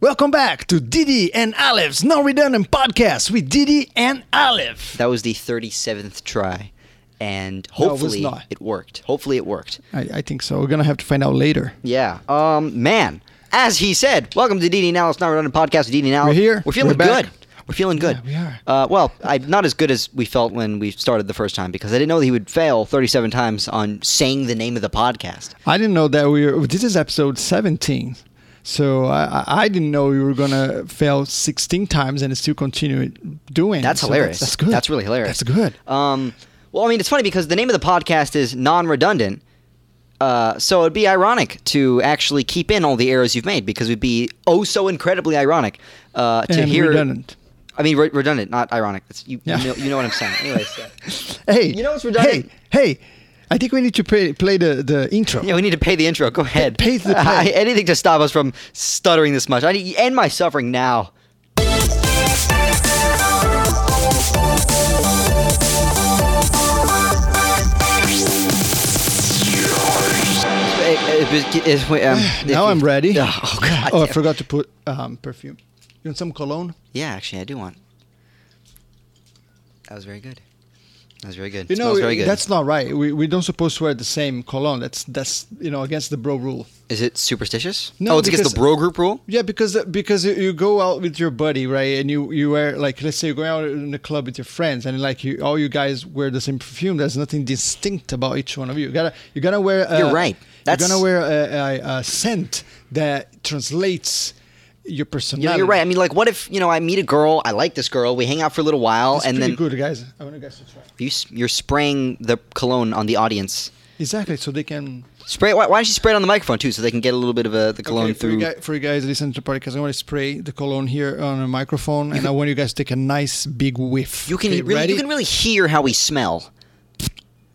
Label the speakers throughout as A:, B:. A: Welcome back to Didi and Aleph, No Redundant Podcast with Didi and Aleph.
B: That was the 37th try, and
A: No, it was
B: hopefully
A: not.
B: it worked. Hopefully it worked.
A: I, I think so. We're going to have to find out later.
B: Yeah. Um, man, as he said, welcome to DD Now. It's not redundant podcast with DD Now.
A: We're here.
B: We're feeling
A: We're back.
B: good. We're feeling good.
A: we are.
B: Uh, well, I, not as good as we felt when we started the first time because I didn't know that he would fail 37 times on saying the name of the podcast.
A: I didn't know that we were. This is episode 17. So I, I- I didn't know we were going to fail 16 times and still continue it doing. it.
B: That's
A: So
B: hilarious.
A: That's, good.
B: That's really hilarious.
A: That's good.
B: Um, well, I mean, it's funny because the name of the podcast is non-redundant, uh, so it'd be ironic to actually keep in all the errors you've made because it'd be oh so incredibly ironic uh, to
A: And
B: hear.
A: redundant.
B: I mean, re- redundant, not ironic. It's, you,
A: Yeah.
B: you, know, you know what I'm saying. Anyways, yeah.
A: Hey,
B: You know what's redundant?
A: Hey, hey, I think we need to play, play the, the intro.
B: yeah, we need to pay the intro. Go ahead.
A: pay the
B: Uh,
A: play.
B: anything to stop us from stuttering this much. I need end my suffering now.
A: now I'm ready.
B: Oh, God.
A: Oh, I
B: damn.
A: forgot to put um, perfume. You want some cologne?
B: Yeah, actually, I do want. That was very good. That was very good.
A: You know,
B: Smells very good.
A: that's not right. We, we don't supposed to wear the same cologne. That's that's you know against the bro rule.
B: Is it superstitious?
A: No,
B: oh, it's against
A: because-
B: the bro group rule.
A: Yeah, because because you- you go out with your buddy, right? And you you wear like let's say you go out in the club with your friends, and like you all you guys wear the same perfume. There's nothing distinct about each one of you. You gotta you gotta wear. A,
B: You're right.
A: you're
B: That's-
A: gonna wear a, a, a scent that translates your
B: You know,
A: personality.
B: you're right. I mean, like, what if you know? I meet a girl. I like this girl. We hang out for a little while,
A: It's
B: and
A: pretty
B: then
A: good, guys. I want you guys to try.
B: you s- you're spraying the cologne on the audience.
A: Exactly, so they can
B: Spray. Why, why don't you spray it on the microphone too, so they can get a little bit of uh the cologne
A: Okay, for,
B: through?
A: you guys, for you guys listening to the podcast, I want to spray the cologne here on a microphone, and I want you guys to take a nice big whiff.
B: you can
A: Okay,
B: really,
A: ready?
B: you can really hear how we smell.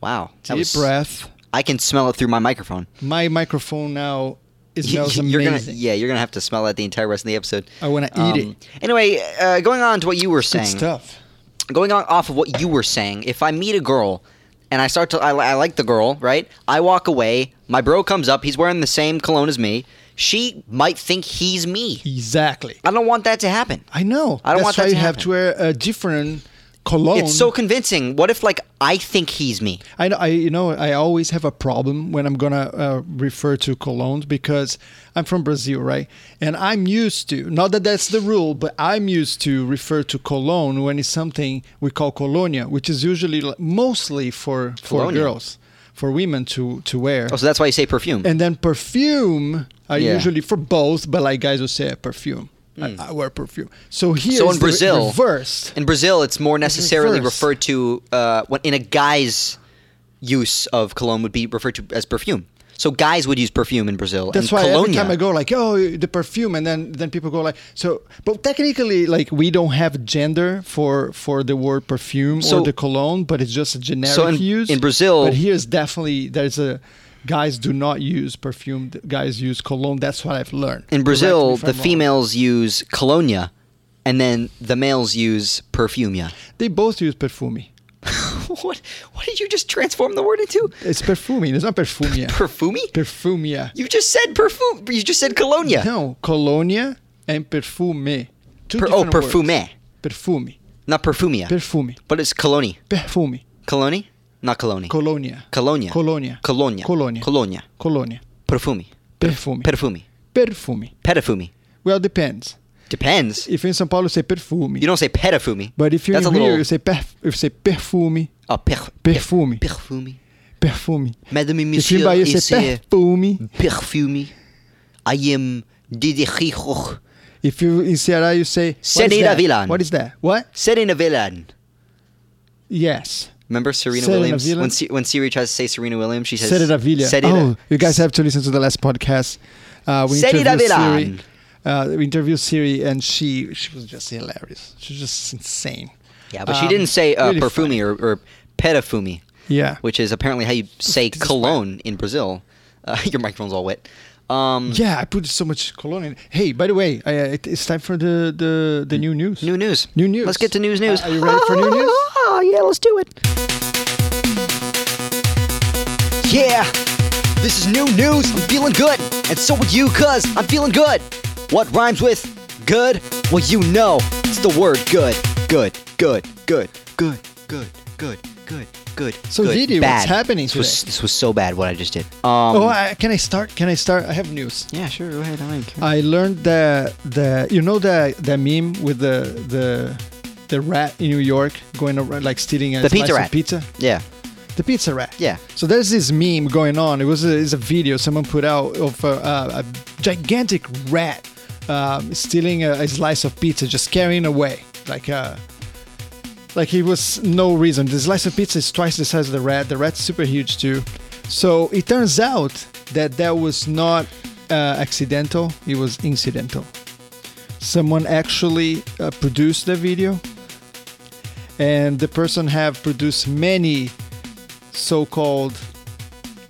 B: Wow. that
A: deep
B: was-
A: breath.
B: I can smell it through my microphone.
A: My microphone now it smells
B: you're gonna,
A: amazing.
B: yeah, you're gonna have to smell that the entire rest of the episode. Um,
A: I wanna eat it.
B: Anyway, uh, going on to what you were
A: Good
B: saying,
A: stuff.
B: going on off of what you were saying, if I meet a girl and I start to, I, li- I like the girl, right? I walk away. My bro comes up. He's wearing the same cologne as me. She might think he's me.
A: Exactly.
B: I don't want that to happen.
A: I know.
B: I
A: That's
B: don't want
A: why
B: that
A: you
B: to
A: have
B: happen.
A: to wear a different cologne.
B: It's so convincing. What if like I think he's me?
A: I, know- I you know I always have a problem when I'm gonna uh, refer to colognes because I'm from Brazil, right? And I'm used to not that that's the rule, but I'm used to refer to cologne when it's something we call colonia, which is usually li- mostly for for
B: Colonia.
A: girls, for women to to wear.
B: Oh, so that's why you say perfume.
A: And then perfume I
B: Yeah. Hmm.
A: usually for both, but like guys will say perfume. I, I wear perfume. So here
B: so
A: is
B: in
A: the
B: Brazil,
A: reversed.
B: in Brazil, it's more necessarily
A: reversed.
B: referred to uh, when in a guy's use of cologne would be referred to as perfume. So guys would use perfume in Brazil.
A: That's
B: and
A: why every
B: colonia-
A: time I go like, oh, the perfume, and then then people go like, so. But technically, like we don't have gender for for the word perfume
B: So-
A: or the cologne, but it's just a generic
B: So in-
A: use
B: in Brazil-
A: But here's definitely there's a guys do not use perfume. th- Guys use cologne. That's what I've learned.
B: in Brazil,
A: Correct me if
B: the
A: I'm wrong.
B: females use colonia, and then the males use perfumia.
A: they both use perfume.
B: what? What did you just transform the word into?
A: It's perfume. It's not perfumia.
B: Perfumi?
A: perfumia.
B: You just said perfume. You just said colonia.
A: No, colonia and perfume. Two
B: Per- oh,
A: different words.
B: perfume,
A: Perfume.
B: not perfumia.
A: Perfume.
B: but it's coloni.
A: Perfume.
B: Coloni? Not coloni.
A: Colonia.
B: Colonia.
A: Colonia.
B: Colonia.
A: Colonia.
B: Colonia.
A: Colonia.
B: Perfumi.
A: Perfume.
B: Perfumi.
A: Perfume.
B: Pedafumi.
A: Well, depends.
B: Depends.
A: If in São Paulo, you say perfume.
B: You don't say pedafumi.
A: but if you're
B: That's
A: in
B: a
A: Rio,
B: little,
A: you say perf- you say perfume.
B: oh, per,
A: Perfumi.
B: Perfumi.
A: Perfume.
B: Madame et
A: If you're in
B: monsieur,
A: Bahia, you
B: it's
A: say
B: uh,
A: perfume.
B: perfumi. I am Didi Rijo.
A: If you in Ceará, you say. what is
B: Senhora
A: that?
B: Villan.
A: What is that? What?
B: Serena Villan.
A: Yes.
B: Remember Serena
A: Serena
B: Williams?
A: Villan?
B: When, Se- when Siri tries to say Serena Williams, she says
A: Serena Villa.
B: Serena.
A: Oh, you guys have to listen to the last podcast. Uh, we
B: Serena
A: interviewed
B: Villan.
A: Siri. Uh, we interviewed Siri, and she she was just hilarious. She was just insane.
B: Yeah, but she
A: Um,
B: didn't say uh,
A: really
B: perfumi or, or pedafumi.
A: Yeah.
B: Which is apparently how you say
A: This is
B: cologne in Brazil. Uh, your microphone's all wet. Um,
A: funny. Yeah, I put so much cologne in. Hey, by the way, I, uh, it, it's time for the, the, the new news.
B: New news.
A: New news.
B: Let's get to news news.
A: Uh, are you ready for new news?
B: yeah, let's do it. Yeah. This is new news. I'm feeling good. And so would you, cuz I'm feeling good. What rhymes with good? Well, you know, it's the word good. Good, good, good, good, good, good, good, good.
A: So,
B: good,
A: Didi, what's
B: bad.
A: happening
B: This was,
A: today?
B: this was so bad what I just did. Um,
A: oh, I, can I start? Can I start? I have news.
B: yeah, sure. Go ahead. I don't care.
A: I learned that the you know the the meme with the the the rat in New York going around like stealing a
B: The
A: slice
B: pizza
A: of
B: rat.
A: pizza.
B: yeah.
A: The pizza rat.
B: Yeah.
A: So there's this meme going on. It was a, it's a video someone put out of a, a, a gigantic rat um, stealing a, a slice of pizza, just carrying away like uh like he was no reason. The slice of pizza is twice the size of the rat. The rat's super huge too. So it turns out that that was not uh, accidental. It was incidental. Someone actually uh, produced the video, and the person have produced many so-called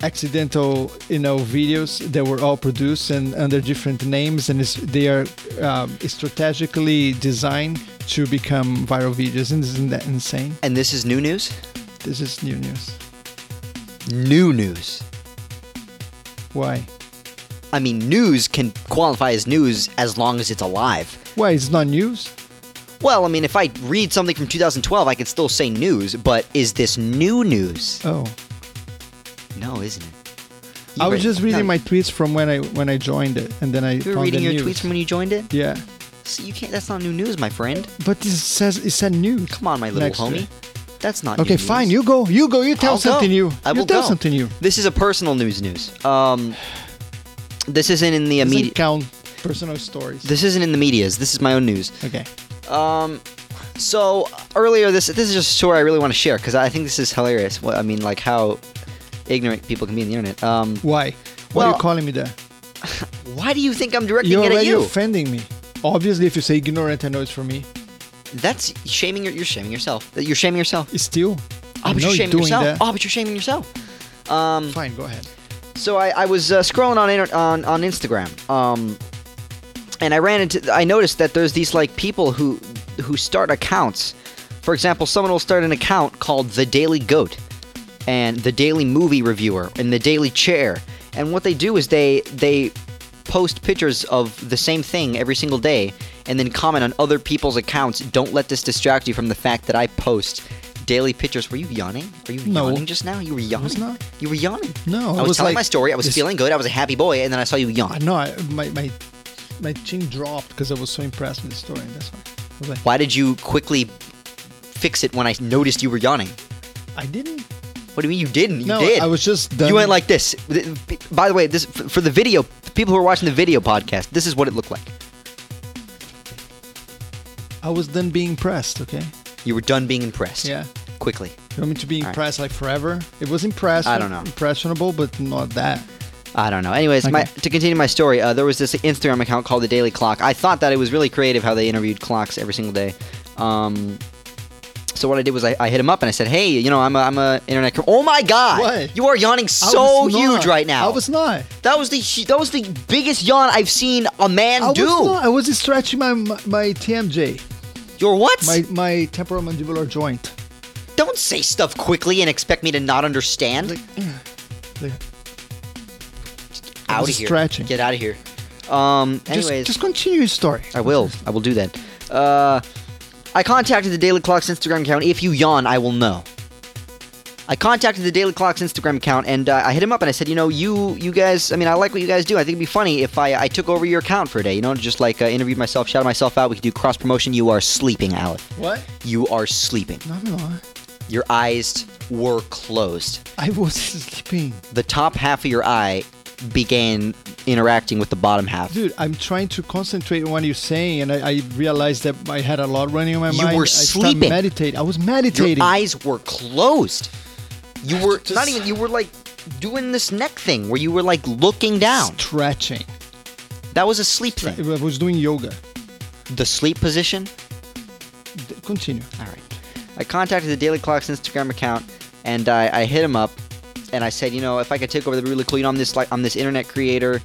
A: accidental you know videos that were all produced and under different names and it's, they are um, strategically designed to become viral videos and isn't that insane
B: And this is new news?
A: this is new news
B: New news.
A: why
B: I mean, news can qualify as news as long as it's alive.
A: why it's not news
B: Well, I mean, if I read something from 2012, I can still say news, but is this new news?
A: oh
B: No, isn't it?
A: i was
B: read-
A: just reading
B: no,
A: my tweets from when i when i joined it and then i
B: You were
A: found
B: reading
A: the news.
B: your tweets from when you joined it?
A: yeah
B: So you can't. That's not new news, my friend.
A: but this says it said news
B: Come on, my little
A: next to
B: homie.
A: it.
B: That's not. new
A: okay
B: news.
A: fine you go you go you tell
B: I'll go.
A: something new
B: I
A: you
B: will
A: tell
B: go.
A: something new
B: This is a personal news news. Um, this isn't in the
A: Doesn't
B: immediate.
A: count personal stories
B: This isn't in the media's. This is my own news.
A: okay
B: Um, so earlier this this is just a story I really want to share because I think this is hilarious. What I mean, like how ignorant people can be on the internet. Um,
A: Why? Why are
B: Well-
A: you calling me that?
B: why do you think I'm directing
A: You're
B: it at
A: already
B: you?
A: offending me. Obviously, if you say ignorant, I know it's for me.
B: That's shaming. Your, you're shaming yourself. You're shaming yourself.
A: Still,
B: Oh,
A: I
B: but
A: know
B: you're
A: you're
B: shaming
A: doing
B: yourself.
A: that.
B: Oh, but you're shaming yourself. Um,
A: Fine, go ahead.
B: So I, I was uh, scrolling on inter- on on Instagram, um, and I ran into I noticed that there's these like people who who start accounts. For example, someone will start an account called the Daily Goat, and the Daily Movie Reviewer, and the Daily Chair. And what they do is they they post pictures of the same thing every single day, and then comment on other people's accounts. Don't let this distract you from the fact that I post daily pictures. Were you yawning? Were you
A: No.
B: yawning just now? You were yawning.
A: not.
B: You were yawning.
A: No,
B: I
A: I
B: was,
A: was
B: telling
A: like,
B: my story. I was
A: this-
B: feeling good. I was a happy boy, and then I saw you
A: I
B: yawn.
A: know I, my my my chin dropped because I was so impressed with the story. and That's why. I was like,
B: Why did you quickly fix it when I noticed you were yawning?
A: I didn't.
B: What do you mean you didn't? You
A: No,
B: did.
A: I was just done.
B: You went like this. Th- By the way, this f- for the video people who are watching the video podcast. This is what it looked like.
A: I was done being impressed. Okay.
B: You were done being impressed.
A: Yeah.
B: Quickly.
A: You want me to be
B: right.
A: impressed like forever? It was impressed.
B: I don't know.
A: Impressionable, but not that.
B: I don't know. Anyways, my,
A: Okay.
B: to continue my story, uh, there was this Instagram account called The Daily Clock. I thought that it was really creative how they interviewed clocks every single day. Um, so what I did was I, I hit him up and I said, "Hey, you know, I'm a, I'm a internet. cr- oh my god,
A: What?
B: you are yawning
A: I
B: so
A: was not.
B: huge right now.
A: I was not.
B: that was the hu- that was the biggest yawn I've seen a man
A: I
B: do.
A: was not. I was stretching my my, my TMJ,
B: Your what?
A: my my temporomandibular joint.
B: Don't say stuff quickly and expect me to not understand.
A: Like,
B: out of
A: just
B: here.
A: stretching.
B: Get out of here. Um.
A: Just,
B: Anyways,
A: just continue your story.
B: I will. I will do that. Uh, I contacted the Daily Clock's Instagram account. If you yawn, I will know. I contacted the Daily Clock's Instagram account and uh, I hit him up and I said, you know, you you guys, I mean, I like what you guys do. I think it'd be funny if I, I took over your account for a day, you know, just like uh, interviewed myself, shouted myself out. We could do cross promotion. You are sleeping, Alec.
A: What?
B: You are sleeping.
A: No, I'm not.
B: Your eyes were closed
A: I was sleeping.
B: the top half of your eye began interacting with the bottom half.
A: Dude, I'm trying to concentrate on what you're saying, and I, I realized that I had a lot running in my
B: You
A: mind.
B: were
A: I started
B: sleeping.
A: Meditate. I was meditating.
B: Your eyes were closed. You were
A: Just-
B: not even you were like doing this neck thing where you were like looking down.
A: Stretching.
B: That was a sleep
A: I
B: thing.
A: was doing yoga.
B: The sleep position.
A: D- Continue.
B: All right. I contacted the Daily Clock's Instagram account and I, I hit him up and I said, you know, if I could take over the really cool, you know, I'm this like I'm this internet creator.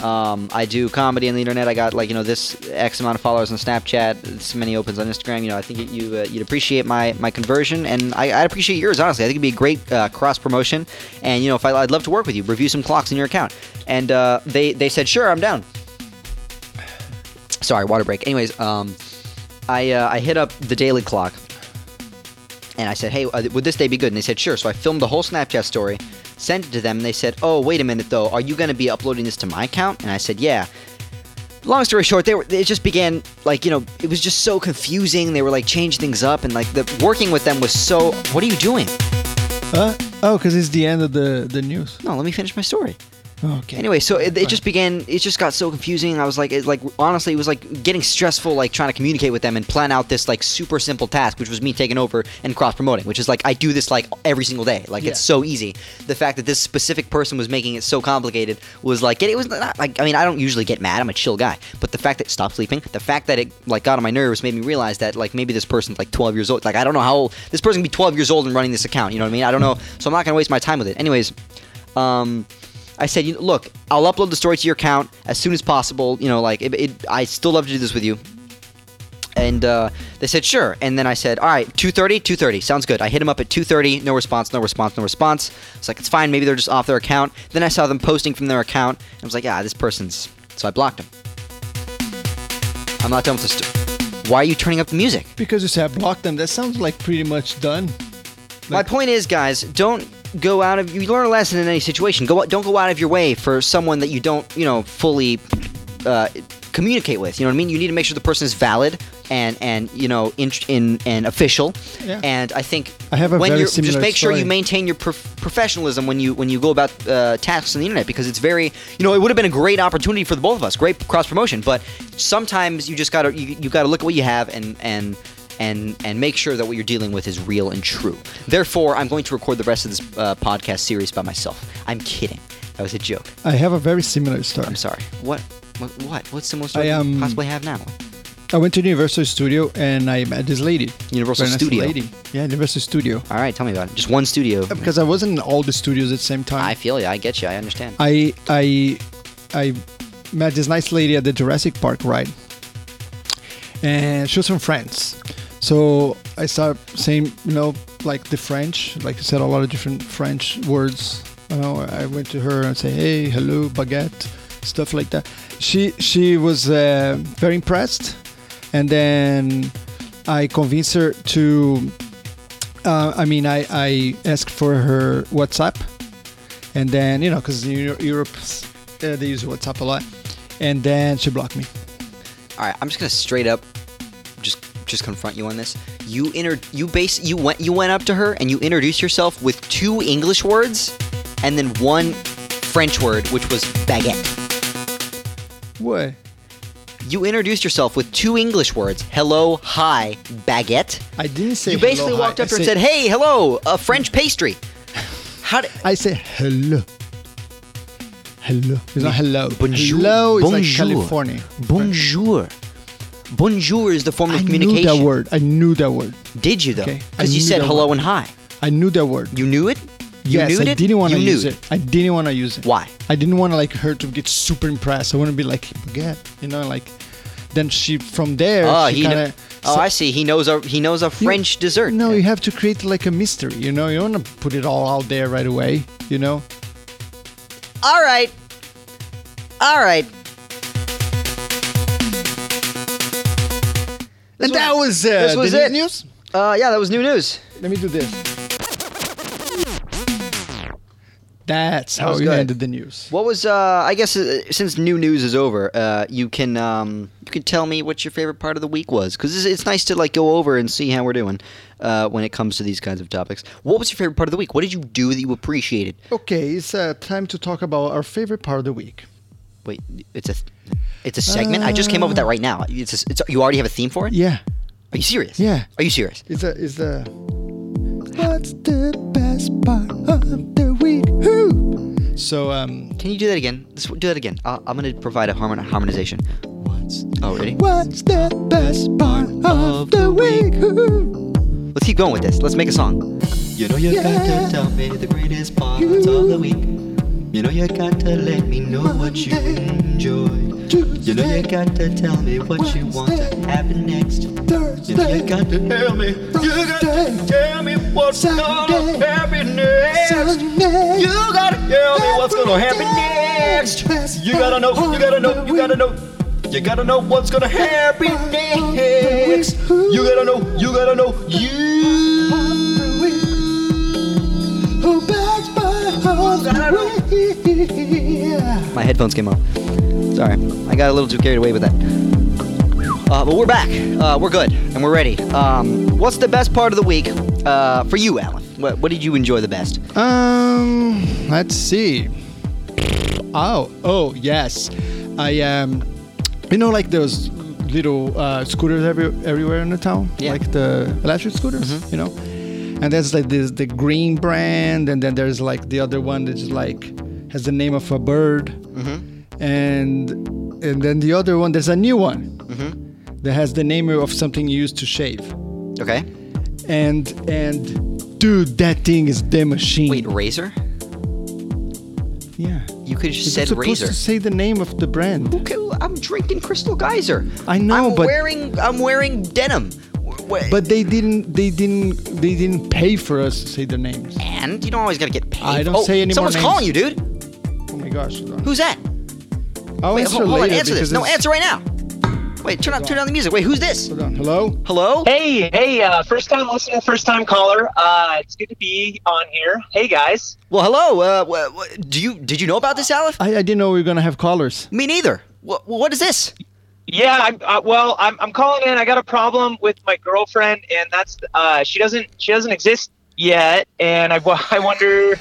B: Um, I do comedy on the internet. I got like you know this X amount of followers on Snapchat, this many opens on Instagram. You know, I think you uh, you'd appreciate my my conversion, and I, I appreciate yours honestly. I think it'd be a great uh, cross promotion, and you know, if I, I'd love to work with you, review some clocks in your account. And uh, they they said sure, I'm down. Sorry, water break. Anyways, um, I uh, I hit up the Daily Clock, and I said, "Hey, uh, would this day be good?" And they said, "Sure." So I filmed the whole Snapchat story, sent it to them, and they said, "Oh, wait a minute though, are you going to be uploading this to my account?" And I said, "Yeah." Long story short, they were. It just began like you know, it was just so confusing. They were like change things up, and like the working with them was so. What are you doing?
A: Huh? Oh, because it's the end of the, the news.
B: No, let me finish my story.
A: Okay.
B: Anyway, so it, it just began. It just got so confusing. I was like, it, like honestly, it was like getting stressful, like trying to communicate with them and plan out this like super simple task, which was me taking over and cross promoting, which is like I do this like every single day. Like it's
A: Yeah.
B: so easy. The fact that this specific person was making it so complicated was like it, it was not like I mean I don't usually get mad. I'm a chill guy, but the fact that stop sleeping, the fact that it like got on my nerves made me realize that like maybe this person's like 12 years old. Like I don't know how old this person can be 12 years old and running this account. You know what I mean? I don't know. So I'm not gonna waste my time with it. Anyways, um. I said, you know, look, I'll upload the story to your account as soon as possible. You know, like, it, it, I still love to do this with you. And uh, they said, sure. And then I said, all right, 2.30, 2.30, sounds good. I hit him up at 2.30, no response, no response, no response. It's like, it's fine, maybe they're just off their account. Then I saw them posting from their account. And I was like, ah, this person's... So I blocked him. I'm not done with this. sto- Why are you turning up the music?
A: Because you said block them, that sounds like pretty much done.
B: My point is, guys, don't go out of. You learn a lesson in any situation. Go don't go out of your way for someone that you don't, you know, fully uh, communicate with. You know what I mean? You need to make sure the person is valid and and you know in, in and official.
A: Yeah.
B: And I think
A: I have a
B: when
A: very
B: you're, just
A: similar
B: make sure you
A: story.
B: maintain your prof- professionalism when you when you go about uh, tasks on the internet because it's very you know it would have been a great opportunity for the both of us, great cross promotion. But sometimes you just gotta you, you gotta look at what you have and and and and make sure that what you're dealing with is real and true. Therefore, I'm going to record the rest of this uh, podcast series by myself. I'm kidding. That was a joke.
A: I have a very similar
B: I'm
A: story.
B: sorry. What what, what? what's the most
A: I,
B: I
A: um,
B: possibly have now?
A: I went to Universal Studio and I met this lady.
B: Universal
A: Very nice
B: Studio.
A: Lady. Yeah, Universal Studio.
B: All right, tell me about it. Just one studio.
A: Because I wasn't in all the studios at the same time.
B: I feel you. I get you. I understand.
A: I I I met this nice lady at the Jurassic Park ride, and she was from France. So I started saying, you know, like the French, like you said, a lot of different French words. You know, I went to her and say, hey, hello, baguette, stuff like that. She she was uh, very impressed, and then I convinced her to. Uh, I mean, I, I asked for her WhatsApp and then you know because Europe uh, they use WhatsApp a lot, and then she blocked me.
B: All right, I'm just gonna straight up, just just confront you on this. You inter you base you went you went up to her and you introduced yourself with two English words, and then one French word, which was baguette.
A: What?
B: You introduced yourself with two English words: hello, hi, baguette.
A: I didn't say.
B: you basically
A: hello, hi.
B: walked up
A: I
B: to her and
A: say-
B: said, "Hey, hello, a French pastry." How did?
A: I say hello. Hello. It's not hello.
B: Bonjour.
A: Hello is like
B: Bonjour.
A: California.
B: Bonjour. Bonjour is the form of
A: I knew
B: communication.
A: that word. I knew that word.
B: Did you though?
A: Okay, I
B: Because you
A: knew
B: said
A: that
B: hello
A: word.
B: and hi.
A: I knew that word.
B: You knew it. You
A: yes,
B: knew
A: I
B: it?
A: didn't want to
B: You knew
A: use it. I didn't want to use it.
B: Why?
A: I didn't want to like her to get super impressed. I want to be like, yeah, you know, like. Then she from there.
B: Oh,
A: she
B: he kn-
A: kinda,
B: oh, I see. He knows a he knows a
A: You-
B: French dessert.
A: No, you have to create like a mystery. You know, you don't want to put it all out there right away. You know,
B: All right. All right.
A: and that was uh,
B: this was
A: the new
B: it.
A: news.
B: Uh, yeah, that was new news.
A: Let me do this. That's how
B: was
A: you
B: good.
A: ended the news.
B: What was uh? I guess uh, since new news is over, uh, you can um you can tell me what your favorite part of the week was because it's, it's nice to like go over and see how we're doing, uh, when it comes to these kinds of topics. What was your favorite part of the week? What did you do that you appreciated?
A: Okay, it's uh, time to talk about our favorite part of the week.
B: Wait, it's a it's a segment. I just came up with that right now. It's, a, it's you already have a theme for it.
A: Yeah,
B: Are you serious?
A: Yeah.
B: Are you serious?
A: it's a it's a. What's the best part of the week? Who? So um,
B: Can you do that again? Let's do that again. i I'm gonna provide a harmon- harmonization. What's oh ready?
A: what's the best part of the week? Who?
B: Let's keep going with this. Let's make a song.
C: You know you
A: Yeah.
C: gotta tell me the greatest parts of the week. You know you gotta let me know what you
A: Monday,
C: enjoyed. You know you
A: Tuesday,
C: gotta tell me what you want to
A: Wednesday.
C: happen next. You know you
A: Thursday.
C: gotta tell me. You gotta
A: Friday.
C: tell me what's gonna
A: Saturday.
C: happen next.
A: Sunday.
C: You gotta tell me what's gonna happen
A: Every day.
C: next.
A: Best
C: You gotta know. You gotta know. You gotta know.
A: You gotta know what's gonna happen next. You gotta know, you gotta know, you
B: My headphones came off. Sorry, I got a little too carried away with that. Uh, but we're back. Uh, we're good and we're ready. Um, what's the best part of the week uh, for you, Alan? What, what did you enjoy the best?
C: Um, let's see. Oh, oh yes, I um, you know, like those little uh, scooters every, everywhere in the town,
B: Yeah. Mm-hmm.
C: like the electric scooters, you know. And there's like this the green brand, and then there's like the other one that's like has the name of a bird,
B: Mm-hmm.
C: and and then the other one there's a new one
B: Mm-hmm.
C: that has the name of something you used to shave,
B: Okay.
C: and and dude, that thing is the machine.
B: Wait, razor?
C: yeah.
B: You could just
C: It's
B: said
C: supposed
B: razor.
C: to say the name of the brand.
B: Okay, well, I'm drinking Crystal Geyser.
C: I know,
B: I'm
C: but-
B: wearing I'm wearing denim. W- w-
C: But they didn't. They didn't. They didn't pay for us to say their names.
B: and you don't always gotta get paid.
C: I don't
B: oh,
C: say any more
B: Someone's
C: names.
B: calling you, dude.
C: Oh my gosh.
B: Who's that?
C: I'll
B: Wait,
C: answer
B: hold, hold on,
C: later
B: answer this.
C: because
B: No,
C: it's-
B: answer right now. Wait, turn on turn on the music. Wait, who's this?
C: Hold on. Hello.
B: Hello?
D: Hey, hey, uh, first time listener, first time caller. Uh, it's good to be on here. Hey, guys.
B: Well, hello. Uh, wha- wha- do you did you know about this, Aleph?
C: I, I didn't know we were gonna have callers.
B: Me neither. What, what is this?
D: Yeah, I'm, uh, well, I'm, I'm calling in. I got a problem with my girlfriend, and that's uh, she doesn't she doesn't exist yet, and I, wo- I wonder,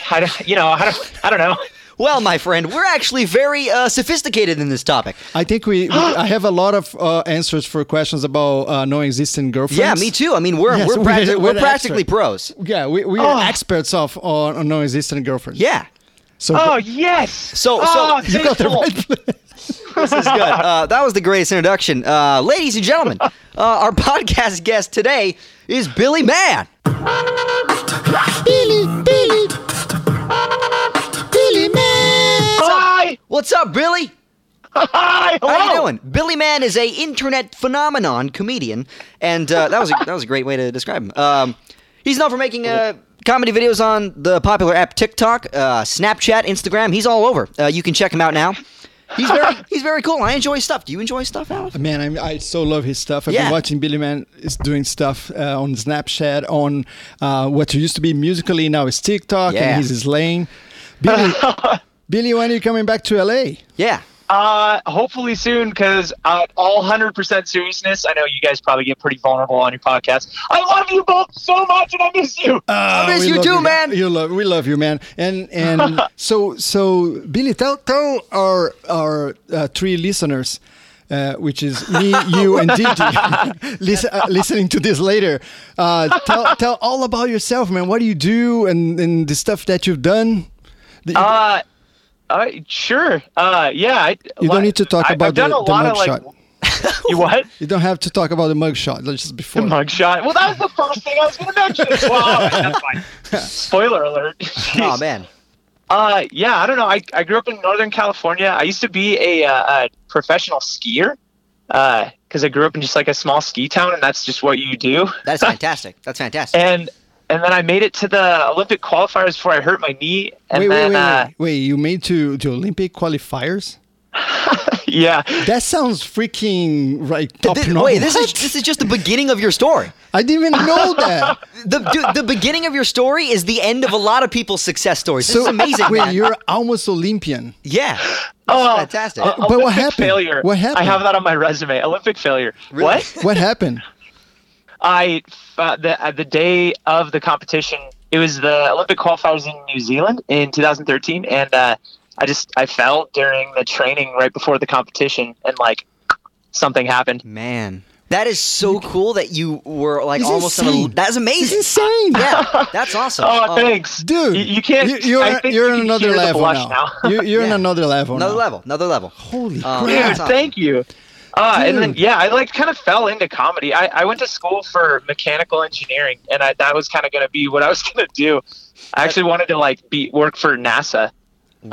D: how to, you know, I don't, I don't know.
B: Well, my friend, we're actually very uh, sophisticated in this topic.
C: I think we. we I have a lot of uh, answers for questions about uh, non-existent girlfriends.
B: Yeah, me too. I mean, we're
C: Yes,
B: we're,
C: we're-
B: practi-
C: we're
B: we're,
C: the
B: practically
C: expert.
B: pros.
C: Yeah, we, we are experts of on, on non-existent girlfriends.
B: Oh. Yeah.
C: So
D: Oh yes. So
B: so-
D: oh,
B: you
C: got the
D: thankful.
C: right.
B: this is good. Uh, that was the greatest introduction. Uh, ladies and gentlemen, uh, our podcast guest today is Billy Mann.
D: Hi,
B: What's up, Billy?
D: hi. Hello.
B: How you doing? Billy Mann is a internet phenomenon comedian, and uh, that was a, that was a great way to describe him. Um, he's known for making uh, comedy videos on the popular app TikTok, uh, Snapchat, Instagram. He's all over. Uh, you can check him out now. He's very he's very cool. I enjoy his stuff. Do you enjoy his stuff, Alex?
C: Man, I, I so love his stuff. I've
B: Yeah.
C: been watching Billy Man is doing stuff uh, on Snapchat, on uh, what used to be Musically, now is TikTok,
B: Yeah.
C: and he's his lane. Billy, Billy, when are you coming back to LA?
B: Yeah.
D: Uh, hopefully soon, because uh, all hundred percent seriousness. I know you guys probably get pretty vulnerable on your podcast. I love you both so much, and I miss you.
C: I
B: miss you too, man.
C: You love, we love you, man. And and so so, Billy, tell tell our our uh, three listeners. Uh, which is me, you, and Didi. Listen, uh, listening to this later, uh, tell tell all about yourself, man. What do you do, and, and the stuff that you've done. that you-
D: Uh, uh sure. Uh, yeah. I,
C: You don't need to talk
D: I,
C: about
D: I've done
C: the-
D: a
C: the
D: lot of
C: mugshot.
D: like. you what?
C: You don't have to talk about the mugshot. That's just
D: The
C: before.
D: mugshot. Well, that was the first thing I was going to mention. Well, that's fine. Spoiler alert.
B: Oh
D: Jeez.
B: man.
D: Uh, yeah. I don't know. I, I grew up in Northern California. I used to be a, uh, a professional skier. Uh, because I grew up in just like a small ski town, and that's just what you do.
B: That's fantastic. That's fantastic.
D: And and then I made it to the Olympic qualifiers before I hurt my knee. And
C: Wait, wait,
D: then
C: wait,
D: uh,
C: wait, wait! You made to to Olympic qualifiers?
D: yeah.
C: That sounds freaking right top
B: Thi-
C: notch.
B: wait, this is
C: What?
B: this is just the beginning of your story.
C: I didn't even know that.
B: The dude, the beginning of your story is the end of a lot of people's success stories. This is amazing,
C: Wait,
B: man.
C: you're almost Olympian.
B: Yeah.
D: Oh,
B: fantastic.
D: uh,
C: But what
D: Olympic
C: happened?
D: Failure.
C: What happened?
D: I have that on my resume. Olympic failure. What?
C: What happened?
D: I uh, the uh, the day of the competition. It was the Olympic qualifiers in New Zealand in 2013, and uh, I just I fell during the training right before the competition, and like something happened.
B: Man, that is so cool that you were like
C: It's
B: almost. on a,
C: insane.
B: that's
C: It's
B: amazing.
C: insane.
B: Yeah, that's awesome.
D: Oh,
B: Um,
D: thanks,
C: Dude,
D: You, you can't.
C: You,
D: I
C: are
D: think
C: you're
D: you
C: on
D: can
C: another
D: hear the
C: level
D: blush
C: now.
D: now.
C: You, you're on
B: Yeah.
C: another level
B: Another
C: now.
B: level. Another level.
C: Holy
B: Um,
C: crap!
D: Dude,
B: That's awesome.
D: thank you. Uh, and then
C: Dude.
D: yeah, I like kind of fell into comedy. I, I went to school for mechanical engineering, and I, that was kind of going to be what I was going to do. I actually wanted to like be work for NASA.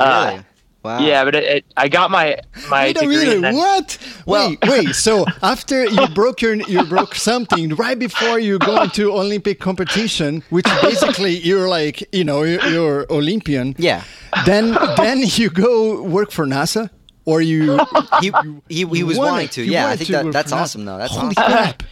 D: Uh,
B: Really? wow.
D: Yeah, but it, it, I got my my
C: Wait a
D: degree. and
C: minute!
D: then-
C: What?
B: Well-
C: wait, wait. So after you broke your you broke something right before you go into Olympic competition, which basically you're like you know you're, you're Olympian.
B: Yeah.
C: Then then you go work for NASA. or you.
B: He, he, he
C: you
B: was
C: wanted-
B: wanting to.
C: you
B: Yeah, I
C: wanted
B: think
C: to
B: that, that's
C: pronounce-
B: awesome, though. That's
C: Holy
B: awesome.
C: crap!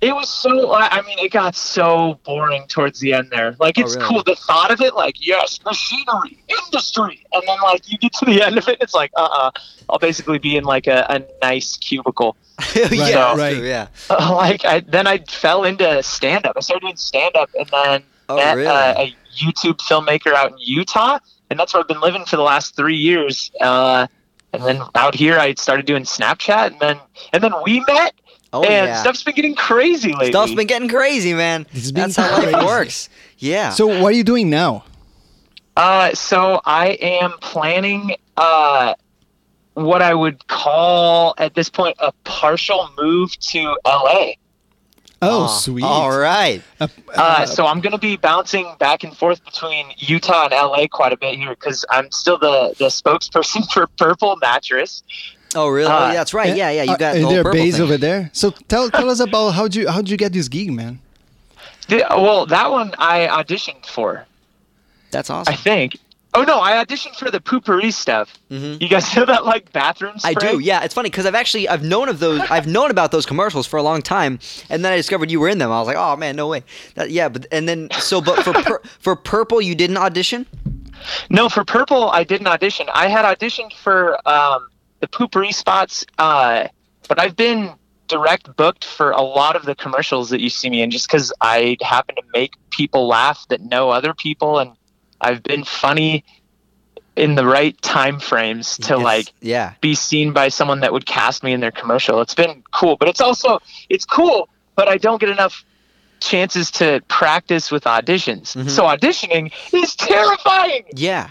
D: It was so. I I mean, it got so boring towards the end there. Like,
B: Oh,
D: it's
B: really?
D: cool the thought of it. Like, yes, machinery, industry, and then like you get to the end of it, it's like, uh, uh-uh. uh, i will basically be in like a, a nice cubicle.
B: yeah, that's
C: right.
B: true, yeah.
D: like, I then I fell into stand up. I started doing stand up, and then
B: Oh,
D: met
B: really?
D: uh, a YouTube filmmaker out in Utah, and that's where I've been living for the last three years. Uh, and then out here, I started doing Snapchat, and then and then we met,
B: Oh,
D: and
B: yeah.
D: stuff's been getting crazy lately.
B: Stuff's been getting crazy, man.
C: It's been
B: That's how
C: crazy.
B: life works. Yeah.
C: So what are you doing now?
D: Uh, so I am planning uh, what I would call at this point a partial move to LA.
C: Oh,
B: Aw,
C: sweet.
B: All right.
C: Uh,
D: Uh, so I'm going to be bouncing back and forth between Utah and LA quite a bit here because I'm still the, the spokesperson for Purple Mattress.
B: Oh, really? oh,
D: Uh,
B: yeah, that's
C: Eh,
B: right. Yeah, yeah. You got
C: Are
B: the whole
C: there
B: purple
C: base
B: thing.
C: over there? So tell tell us about how do you how did you get this gig, man?
D: The- well, that one I auditioned for,
B: That's awesome.
D: I think. Oh no, I auditioned for the poopery stuff.
B: Mhm.
D: You guys know that like bathroom spray?
B: I do. Yeah, it's funny because I've actually I've known of those I've known about those commercials for a long time, and then I discovered you were in them. I was like, oh man, no way. That, yeah, but and then so but for pur- for purple you didn't audition.
D: No, for Purple, I didn't audition. I had auditioned for um, the poopery spots, uh, but I've been direct booked for a lot of the commercials that you see me in just because I happen to make people laugh that know other people, and I've been funny in the right time frames to
B: It's-
D: like
B: yeah.
D: be seen by someone that would cast me in their commercial. It's been cool, but it's also it's cool, but I don't get enough chances to practice with auditions. So auditioning is terrifying.
B: Yeah,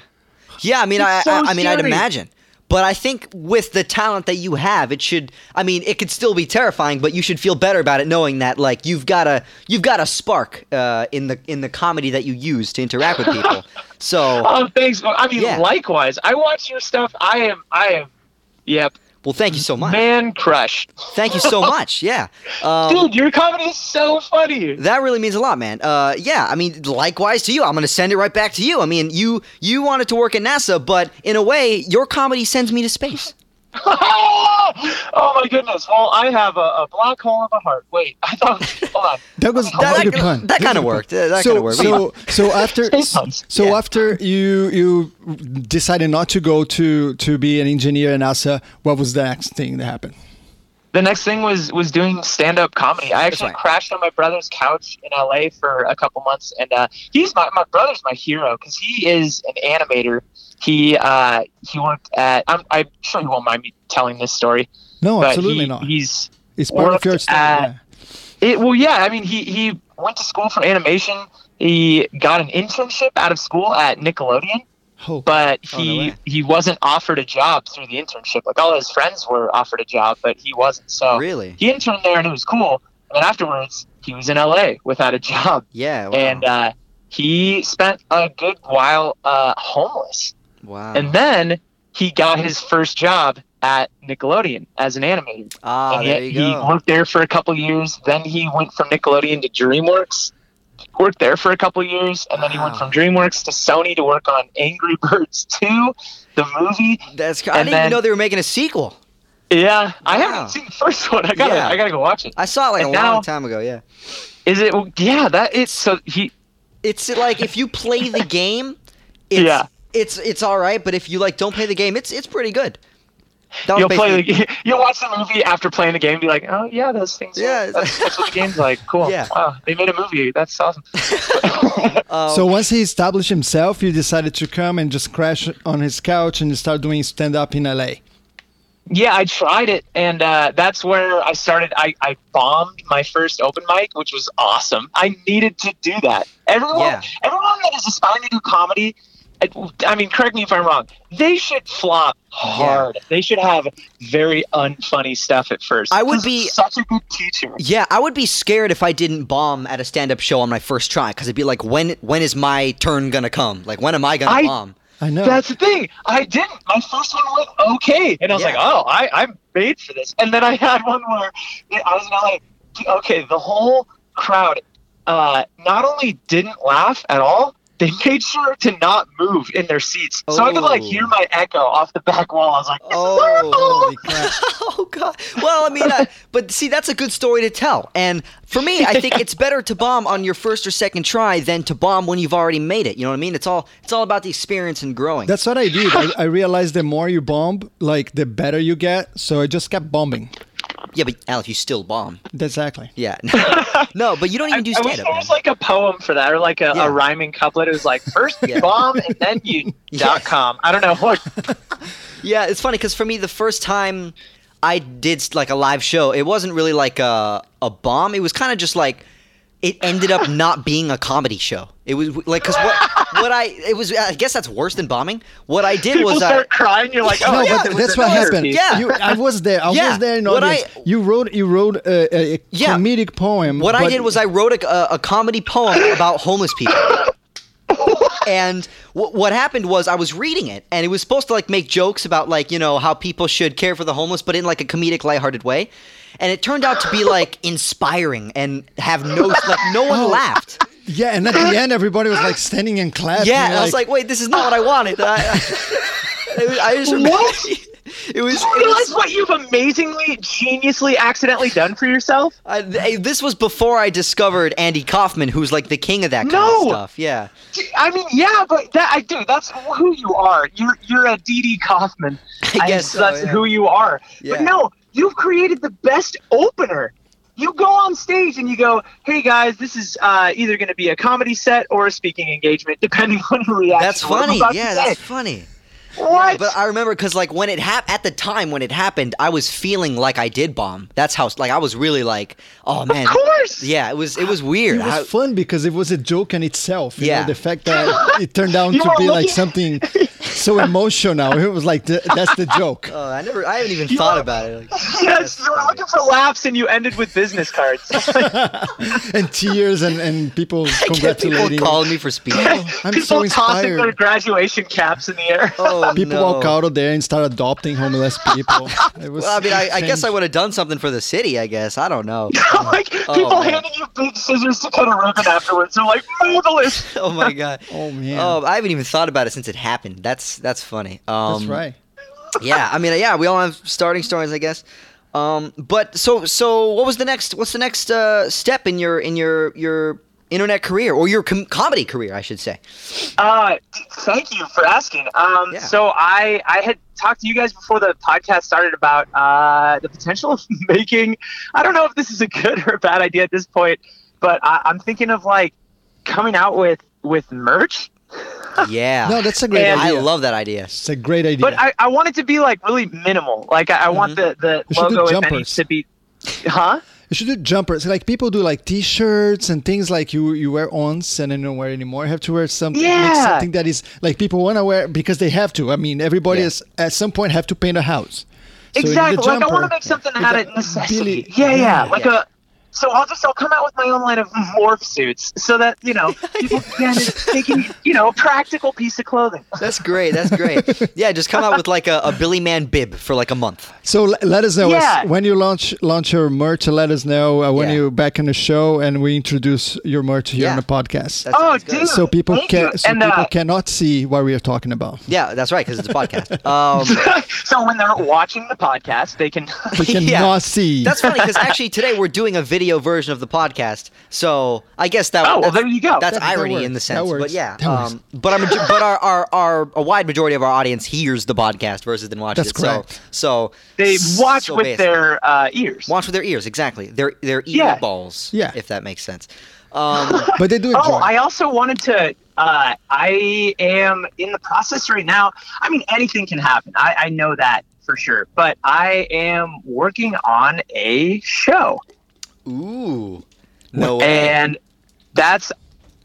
B: yeah. I mean, I,
D: It's so
B: I, I mean, I'd
D: scary.
B: imagine, but I think with the talent that you have, it should. I mean, it could still be terrifying, but you should feel better about it knowing that, like, you've got a you've got a spark uh, in the in the comedy that you use to interact with people. So,
D: Oh, thanks. I mean,
B: Yeah.
D: likewise. I watch your stuff. I am. I am. Yep.
B: well, thank you so much.
D: Man crushed.
B: Thank you so much. Yeah. Um,
D: Dude, your comedy is so funny.
B: That really means a lot, man. Uh, yeah, I mean, likewise to you. I'm gonna send it right back to you. I mean, you you wanted to work at NASA, but in a way, your comedy sends me to space.
D: oh my goodness. Well, I have a, a black hole of a heart. Wait, I thought. Hold on.
C: That was
B: That-
C: that, was
B: that-
C: a good pun.
B: that
C: was
B: kinda
C: a good
B: worked.
C: pun.
B: Uh, that
C: so,
B: kinda worked.
C: So so after
D: Space puns.
C: so
B: Yeah.
C: after you you decided not to go to to be an engineer at NASA, what was the next thing that happened?
D: The next thing was was doing stand up comedy. I actually
B: right.
D: crashed on my brother's couch in L.A. for a couple months, and uh, he's my my brother's my hero because he is an animator. He uh, he worked at. I'm, I'm sure you won't mind me telling this story.
C: No,
D: but
C: Oh, absolutely
D: he-
C: not.
D: He's
C: It's part of
D: worked
C: your story.
D: at-
C: yeah.
D: It, well, yeah. I mean, he he went to school for animation. He got an internship out of school at Nickelodeon,
C: Oh,
D: but
B: Oh, no
D: he
B: way.
D: he wasn't offered a job through the internship. Like all his friends were offered a job, but he wasn't. So
B: Oh, Really?
D: he interned there, and it was cool. And then afterwards, he was in LA without a job,
B: Yeah. Wow.
D: and uh, he spent a good while uh, homeless.
B: wow.
D: And then he got his first job at Nickelodeon as an animator.
B: ah,
D: And
B: there
D: he-
B: you
D: He
B: go.
D: worked there for a couple years. Then he went from Nickelodeon to DreamWorks. Worked there for a couple years, and then he went
B: Wow.
D: from DreamWorks to Sony to work on Angry Birds 2, the movie.
B: That's. I
D: and
B: didn't even
D: then-
B: know they were making a sequel.
D: Yeah, I
B: Wow.
D: haven't seen the first one. I gotta,
B: Yeah.
D: I gotta go watch it.
B: I saw it like a
D: And now-
B: long time ago. Yeah.
D: Is it? well, Yeah, that it's so he.
B: It's like if you play the game, it's,
D: Yeah.
B: It's it's all right, but if you like don't play the game, it's it's pretty good. That was
D: You'll play.
B: basically-
D: The, you'll watch the movie after playing the game. And be like, oh yeah, those things. are-
B: Yeah.
D: that's, that's what the game's like. Cool.
B: Yeah.
D: Wow, they made a movie. That's awesome.
B: uh,
C: so once he established himself, you decided to come and just crash on his couch and start doing stand up in LA.
D: yeah i tried it and uh, that's where i started I, I bombed my first open mic which was awesome i needed to do that everyone
B: Yeah.
D: everyone that is aspiring to do comedy I, I mean correct me if i'm wrong they should flop hard they should have very unfunny stuff at first
B: I would
D: This is
B: be-
D: such a good teacher
B: Yeah, I would be scared if I didn't bomb at a stand-up show on my first try because it'd be like, when when is my turn gonna come? Like, when am I gonna
D: I-
B: bomb?
C: I know.
D: That's the thing. I didn't. My first one went okay, and I was
B: Yeah.
D: like, "Oh, I, I'm made for this." And then I had one where I was like, "Okay, the whole crowd uh, not only didn't laugh at all, they made sure to not move in their seats. So I could like
E: Oh.
D: hear my echo off the back wall. I was like, this is
E: Oh,
D: horrible.
E: holy crap.
B: oh god. Well, I mean, I, but see, that's a good story to tell. And for me, I think it's better to bomb on your first or second try than to bomb when you've already made it. You know what I mean? It's all it's all about the experience and growing.
C: That's what I did. I, I realized the more you bomb, like the better you get. So I just kept bombing.
B: yeah, but Al, if you still bomb,
C: Exactly.
B: yeah, no, but you don't even do
D: I wish
B: stand
D: there
B: up.
D: was like a poem for that, or like a,
B: Yeah.
D: a rhyming couplet. It was like first
B: Yeah.
D: bomb and then you dot com. I don't know what.
B: Yeah, it's funny because for me, the first time I did like a live show, it wasn't really like a a bomb. It was kind of just like it ended up not being a comedy show. It was like because what what I it was I guess that's worse than bombing. What I did
D: People
B: was I.
D: start crying. You're like, oh,
C: no,
D: yeah,
C: but
D: it was
C: that's
D: a
C: what
D: theater
C: happened.
D: piece.
B: Yeah.
C: you, I was there. I
B: Yeah.
C: was there in
B: What
C: audience.
B: I-
C: you wrote, you wrote a, a a
B: Yeah.
C: comedic poem.
B: What I
C: but-
B: did was I wrote a, a, a comedy poem about homeless people. and wh- what happened was I was reading it, and it was supposed to like make jokes about like you know how people should care for the homeless, but in like a comedic, lighthearted way. And it turned out to be like inspiring and have no like no one laughed.
C: yeah, and at the end, everybody was like standing and clapping.
B: Yeah, and I was like, wait, this is not what I wanted. I, I, I just remember-
D: What?
B: It was, it
D: You realize
B: was
D: what you've amazingly, geniusly, accidentally done for yourself?
B: I, th- this was before I discovered Andy Kaufman, who's like the king of that kind
D: No!
B: of stuff. Yeah.
D: I mean, yeah, but that I do. That's who you are. You're you're a D.D. Kaufman.
B: I guess so,
D: that's
B: oh, yeah.
D: who you are.
B: Yeah.
D: But no, you've created the best opener. You go on stage and you go, "Hey guys, this is uh, either going to be a comedy set or a speaking engagement, depending on your reaction."
B: That's
D: to what I'm
B: funny.
D: about to
B: Yeah,
D: say."
B: that's funny.
D: what?
B: But I remember because like when it hap- at the time when it happened, I was feeling like I did bomb. That's how like I was really like, oh man.
D: of course.
B: Yeah, it was it was weird.
C: It was
B: I-
C: fun because it was a joke in itself. You
B: Yeah.
C: know, the fact that it turned out
D: You
C: to
D: were
C: be like
D: looking-
C: something so emotional. It was like, th- that's the joke.
B: oh, I never. I haven't even thought
D: are-
B: about it. Like,
D: Yes, you were looking for laughs and you ended with business cards.
C: and tears and, and people
B: people
C: congratulating.
B: calling me for speech.
C: Oh, I'm
D: People
C: so
D: tossing their
C: inspired.
D: graduation caps in the air.
B: Oh,
C: People
B: no.
C: walk out of there and start adopting homeless people. It was
B: Well, I mean, I, I guess I
C: strange.
B: would have done something for the city. I guess I don't know.
D: like
B: Oh,
D: people
B: man.
D: handing you big scissors to cut a ribbon afterwards. They're like, marvelous.
B: oh my god.
C: Oh man,
B: Oh, I haven't even thought about it since it happened. That's that's funny. Um,
C: that's right.
B: yeah, I mean, yeah, we all have starting stories, I guess. Um, but so, so, what was the next? What's the next uh, step in your in your your internet career or your com- comedy career, I should say?
D: Uh, thank you for asking. Um,
B: Yeah.
D: so I I had talked to you guys before the podcast started about uh, the potential of making. I don't know if this is a good or a bad idea at this point, but I, I'm thinking of like coming out with with merch
B: Yeah,
C: No, that's a great
D: And-
C: idea.
B: I love that idea.
C: It's a great idea.
D: But I, I want it to be like really minimal. Like I, I want the the
C: You Mm-hmm. should do
D: logo if any
C: jumpers.
D: to be, huh?
C: you should do jumpers. Like people do like T-shirts and things like you you wear once and then don't wear anymore. You have to wear something. make
D: Yeah.
C: something that is like people want to wear because they have to. I mean, everybody
B: Yeah.
C: is at some point have to paint a house. So you need a
D: exactly. Like I want to
C: jumper.
D: make something out
C: With
D: of
C: a
D: necessity.
C: Billy-
D: yeah, yeah. Like
B: yeah.
D: a. So I'll just I'll come out with my own line of morph suits so that you know people can they can you know a practical piece of clothing.
B: That's great. That's great. yeah, just come out with like a, a Billy Man bib for like a month.
C: So l- let us know
D: Yeah.
C: when you launch launch your merch. Let us know uh, when
B: Yeah.
C: you're back on the show, and we introduce your merch here on
B: Yeah.
C: the podcast.
B: That
D: oh,
B: sounds good.
D: dude!
C: so people
D: thank
C: can
D: you.
C: so
D: and,
C: people
D: uh,
C: cannot see what we are talking about.
B: Yeah, that's right because it's a podcast. Um,
D: so when they're watching the podcast, they can.
C: We cannot see.
B: That's funny because actually today we're doing a video version of the podcast, so I guess that.
D: Oh, well,
B: that's-
D: there you go.
B: That's
C: That- that
B: irony
C: works.
B: in the
C: That
B: sense, but
C: works.
B: yeah.
C: That works.
B: Um, but I'm, but our, our our a wide majority of our audience hears the podcast versus than watches it.
C: That's correct.
B: So so
D: they watch
B: so
D: with
B: basically.
D: their uh, ears.
B: watch with their ears exactly their their ear
D: Yeah.
B: balls.
C: Yeah.
B: if that makes sense. Um,
C: but they do enjoy.
D: Oh, I also wanted to. Uh, I am in the process right now. I mean, anything can happen. I, I know that for sure. But I am working on a show,
B: ooh, no way.
D: and that's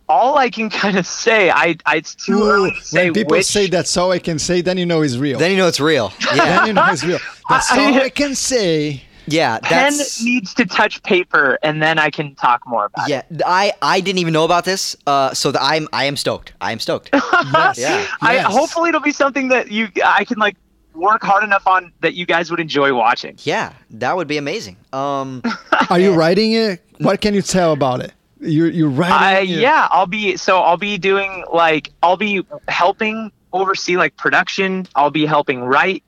D: all I can kind of say. I, I it's too
C: Ooh,
D: early to say
C: when people
D: which.
C: say that's all I can say, then you know it's real.
B: Then you know it's real. Yeah,
C: Then you know it's real. That's
D: I-
C: all I can say.
B: yeah.
D: Pen
B: That's
D: needs to touch paper, and then I can talk more about it.
B: yeah. I I didn't even know about this. Uh, so the, I'm I am stoked. I am stoked.
C: Yes.
B: Yeah.
D: I,
C: Yes.
D: hopefully, it'll be something that you I can like work hard enough on that you guys would enjoy watching.
B: Yeah, that would be amazing. Um,
C: Are you writing it? What can you tell about it? You're you're
D: I,
C: writing. it.
D: yeah, I'll be so I'll be doing like I'll be helping oversee like production. I'll be helping write.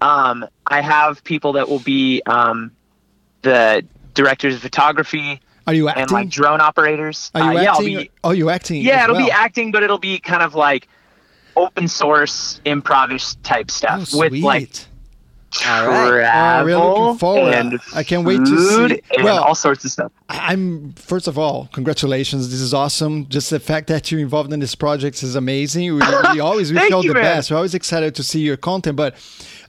D: Um, I have people that will be um, the directors of photography
C: Are you
D: and
C: acting?
D: like drone operators.
C: Are you
D: uh, yeah, I'll
C: acting?
D: be
C: Are you acting?
D: yeah,
C: as
D: it'll be
C: well?
D: acting, but it'll be kind of like open source improvish type
C: Oh,
D: stuff
C: sweet.
D: with like
B: All right. Oh,
D: travel
B: we're
C: really looking forward.
D: and
C: I can't wait to
D: food
C: see.
D: and
C: Well-
D: all sorts of stuff.
C: I'm first of all, congratulations. This is awesome. Just the fact that you're involved in this project is amazing. We, we always wish
D: Thank
C: you all
D: you,
C: the
D: man.
C: best. We're always excited to see your content, but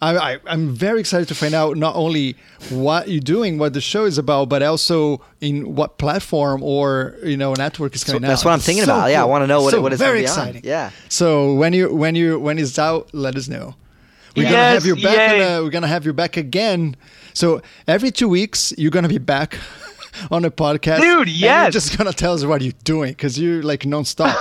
C: I, I, I'm very excited to find out not only what you're doing, what the show is about, but also in what platform or you know network is coming out.
B: that's what I'm thinking
C: So
B: about. Yeah, I
C: cool.
B: wanna know what it-
C: so
B: what it's gonna
C: very
B: be on.
C: exciting.
B: Yeah.
C: So when you when you when it's out, let us know. We're gonna
D: Yes,
C: have you back. In
D: yay.
C: a, uh, we're gonna have you back again. So every two weeks, you're gonna be back on a podcast,
D: Dude,
C: and
D: yes.
C: you're just gonna tell us what you're doing because you're like nonstop.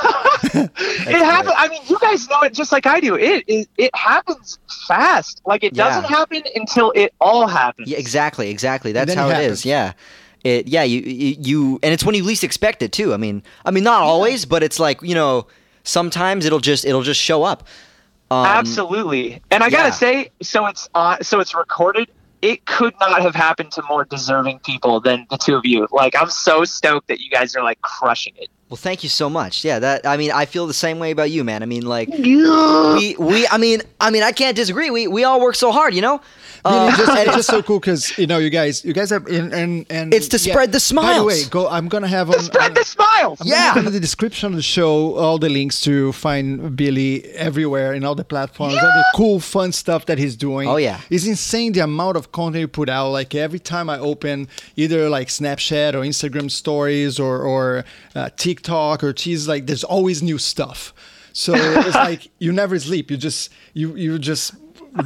D: it happens. I mean, you guys know it just like I do. It it, it happens fast. Like it
B: Yeah.
D: doesn't happen until it all happens.
B: Yeah, exactly, exactly. That's
C: then
B: how
C: it
B: it
C: happens.
B: is. Yeah, it. Yeah, you, you, you, and it's when you least expect it too. I mean, I mean, not always, but it's like you know, sometimes it'll just it'll just show up. Um,
D: Absolutely. And I gotta
B: yeah.
D: say, so it's uh, so it's recorded. It could not have happened to more deserving people than the two of you. Like I'm so stoked that you guys are like crushing it.
B: Well, thank you so much. Yeah, that. I mean, I feel the same way about you, man. I mean, like we, we. I mean, I mean, I can't disagree. We we all work so hard, you know.
C: Really,
B: Um,
C: just,
B: and
C: it's
B: it's-
C: just so cool because you know you guys, you guys have and and, and
B: It's to spread the
C: By the
B: smiles.
C: way, go. I'm gonna have on,
D: Spread
C: on-
D: the smiles.
C: I'm gonna
B: Yeah.
C: put in the description of the show all the links to find Billy everywhere in all the platforms, all the cool, fun stuff that he's doing.
B: Oh, yeah.
C: it's insane the amount of content you put out. Like every time I open either like Snapchat or Instagram Stories or or uh, TikTok or cheese, like there's always new stuff. So it's like you never sleep. You just you you just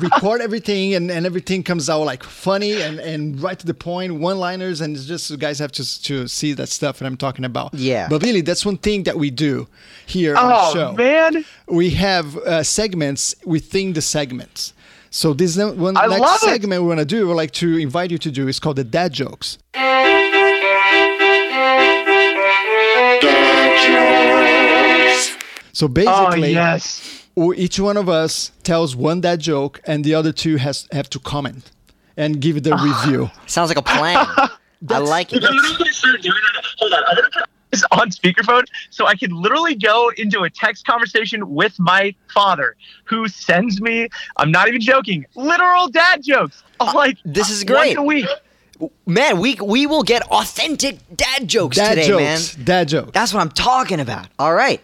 C: record everything and, and everything comes out like funny and, and right to the point one liners and it's just you guys have to to see that stuff that I'm talking about
B: Yeah.
C: but really, that's one thing that we do here on the show.
D: Oh man.
C: We have uh, segments within the segments. So this ne- one
D: I
C: next
D: love it.
C: segment we want to do, we would like to invite you to do, is called the dad jokes. So
D: Oh
C: basically,
D: yes.
C: w- each one of us tells one dad joke, and the other two has have to comment and give it a review.
B: sounds like a plan. I like it.
D: You know what I'm gonna start doing? Hold on. I'm gonna put this on speakerphone so I can literally go into a text conversation with my father, who sends me. I'm not even joking. Literal dad jokes. Like
B: Uh, this is
D: Once
B: great.
D: a week.
B: Man, we we will get authentic dad jokes
C: Dad
B: today, man.
C: jokes, dad jokes.
B: That's what I'm talking about. All right.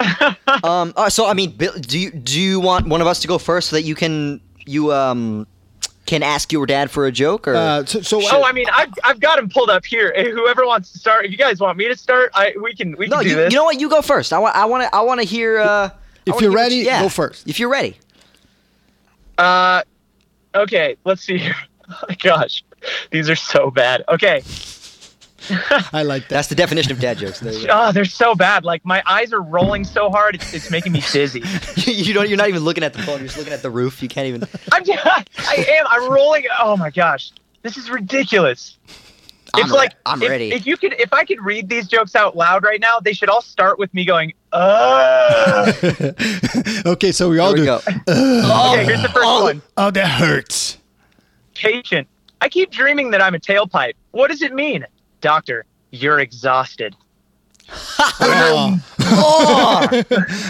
B: um. uh, so I mean, Bill, do you do you want one of us to go first so that you can you um can ask your dad for a joke or
C: Uh, so, so
D: Oh, I mean, I've, I've got him pulled up here. Eh, Whoever wants to start, if you guys want me to start, I we can we can
B: no?
D: do
B: You,
D: this.
B: you know what? You go first. I want I want to I want to hear. Uh, I
C: If
B: wanna
C: you're
B: hear what
C: ready,
B: you- yeah.
C: go first.
B: If you're ready.
D: uh, okay, let's see here. Oh my gosh, these are so bad. Okay,
C: I like that.
B: That's the definition of dad jokes. There you, go.
D: oh, they're so bad. Like my eyes are rolling so hard, it's, it's making me dizzy.
B: you don't. You're not even looking at the phone. You're just looking at the roof. You can't even.
D: I'm just, I am. I'm rolling. Oh my gosh, this is ridiculous.
B: I'm
D: it's
B: re-
D: like
B: I'm
D: if,
B: ready.
D: If you could, if I could read these jokes out loud right now, they should all start with me going, "Oh."
C: okay, so we all
B: Here we
C: do.
B: go.
D: okay, here's the first one.
C: Oh, that hurts.
D: patient. I keep dreaming that I'm a tailpipe. What does it mean? Doctor, you're exhausted.
C: Oh,
B: Oh!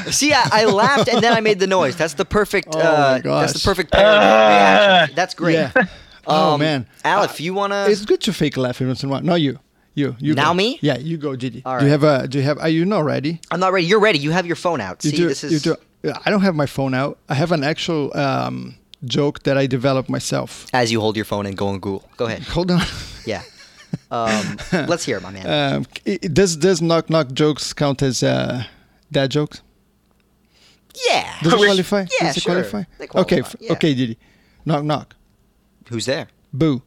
B: See, I, I laughed and then I made the noise. That's the perfect.
C: Oh my
B: uh,
C: gosh.
B: that's the perfect parody reaction. That's great. Um,
C: yeah. oh man,
B: Aleph, you wanna?
C: it's good to fake laugh every once in a while. No, you, you, you.
B: Now
C: go.
B: me?
C: Yeah, you go, Gigi.
B: All
C: Do you
B: right.
C: have a? Do you have? Are you not ready?
B: I'm not ready. You're ready. You have your phone out.
C: You
B: See,
C: do.
B: this is.
C: You do. Yeah, I don't have my phone out. I have an actual um, joke that I developed myself.
B: As you hold your phone and go on Google. Go ahead.
C: Hold on.
B: Yeah. Um, let's hear it, my man.
C: Um, it- it- does does knock knock jokes count as uh, dad jokes?
B: yeah.
C: Does it qualify?
B: Yeah,
C: does it
B: sure.
C: qualify?
B: They qualify,
C: Okay, f-
B: yeah.
C: okay, Gigi. Knock knock.
B: Who's there?
C: Boo.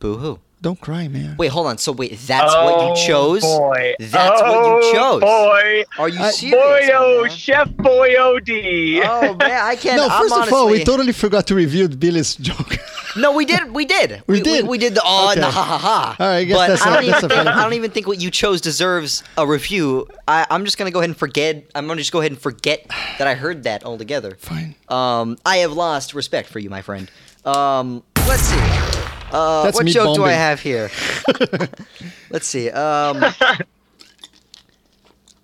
B: Boo hoo.
C: Don't cry, man.
B: Wait, hold on. So wait, that's what you chose.
D: Oh, Boy.
B: That's
D: oh,
B: what you chose.
D: Boy.
B: Are you
C: I-
B: serious?
D: Boy, oh,
B: man?
D: Chef Boy OD.
B: Oh man, I can't.
C: No,
B: I'm
C: first
B: honestly,
C: of all, we totally forgot to review Billy's joke.
B: No, we did. We did.
C: We did.
B: We, did the aw and the
C: Okay.
B: ha ha ha.
C: All right, I guess
B: but
C: that's
B: I
C: a-
B: don't even
C: that's a
B: think,
C: fair-
B: I don't even think what you chose deserves a review. I, I'm just gonna go ahead and forget. I'm gonna just go ahead and forget that I heard that altogether.
C: Fine.
B: Um, I have lost respect for you, my friend. Um, let's see. Uh,
C: That's
B: what
C: me
B: joke do I
C: bombing.
B: have here? let's see. Um,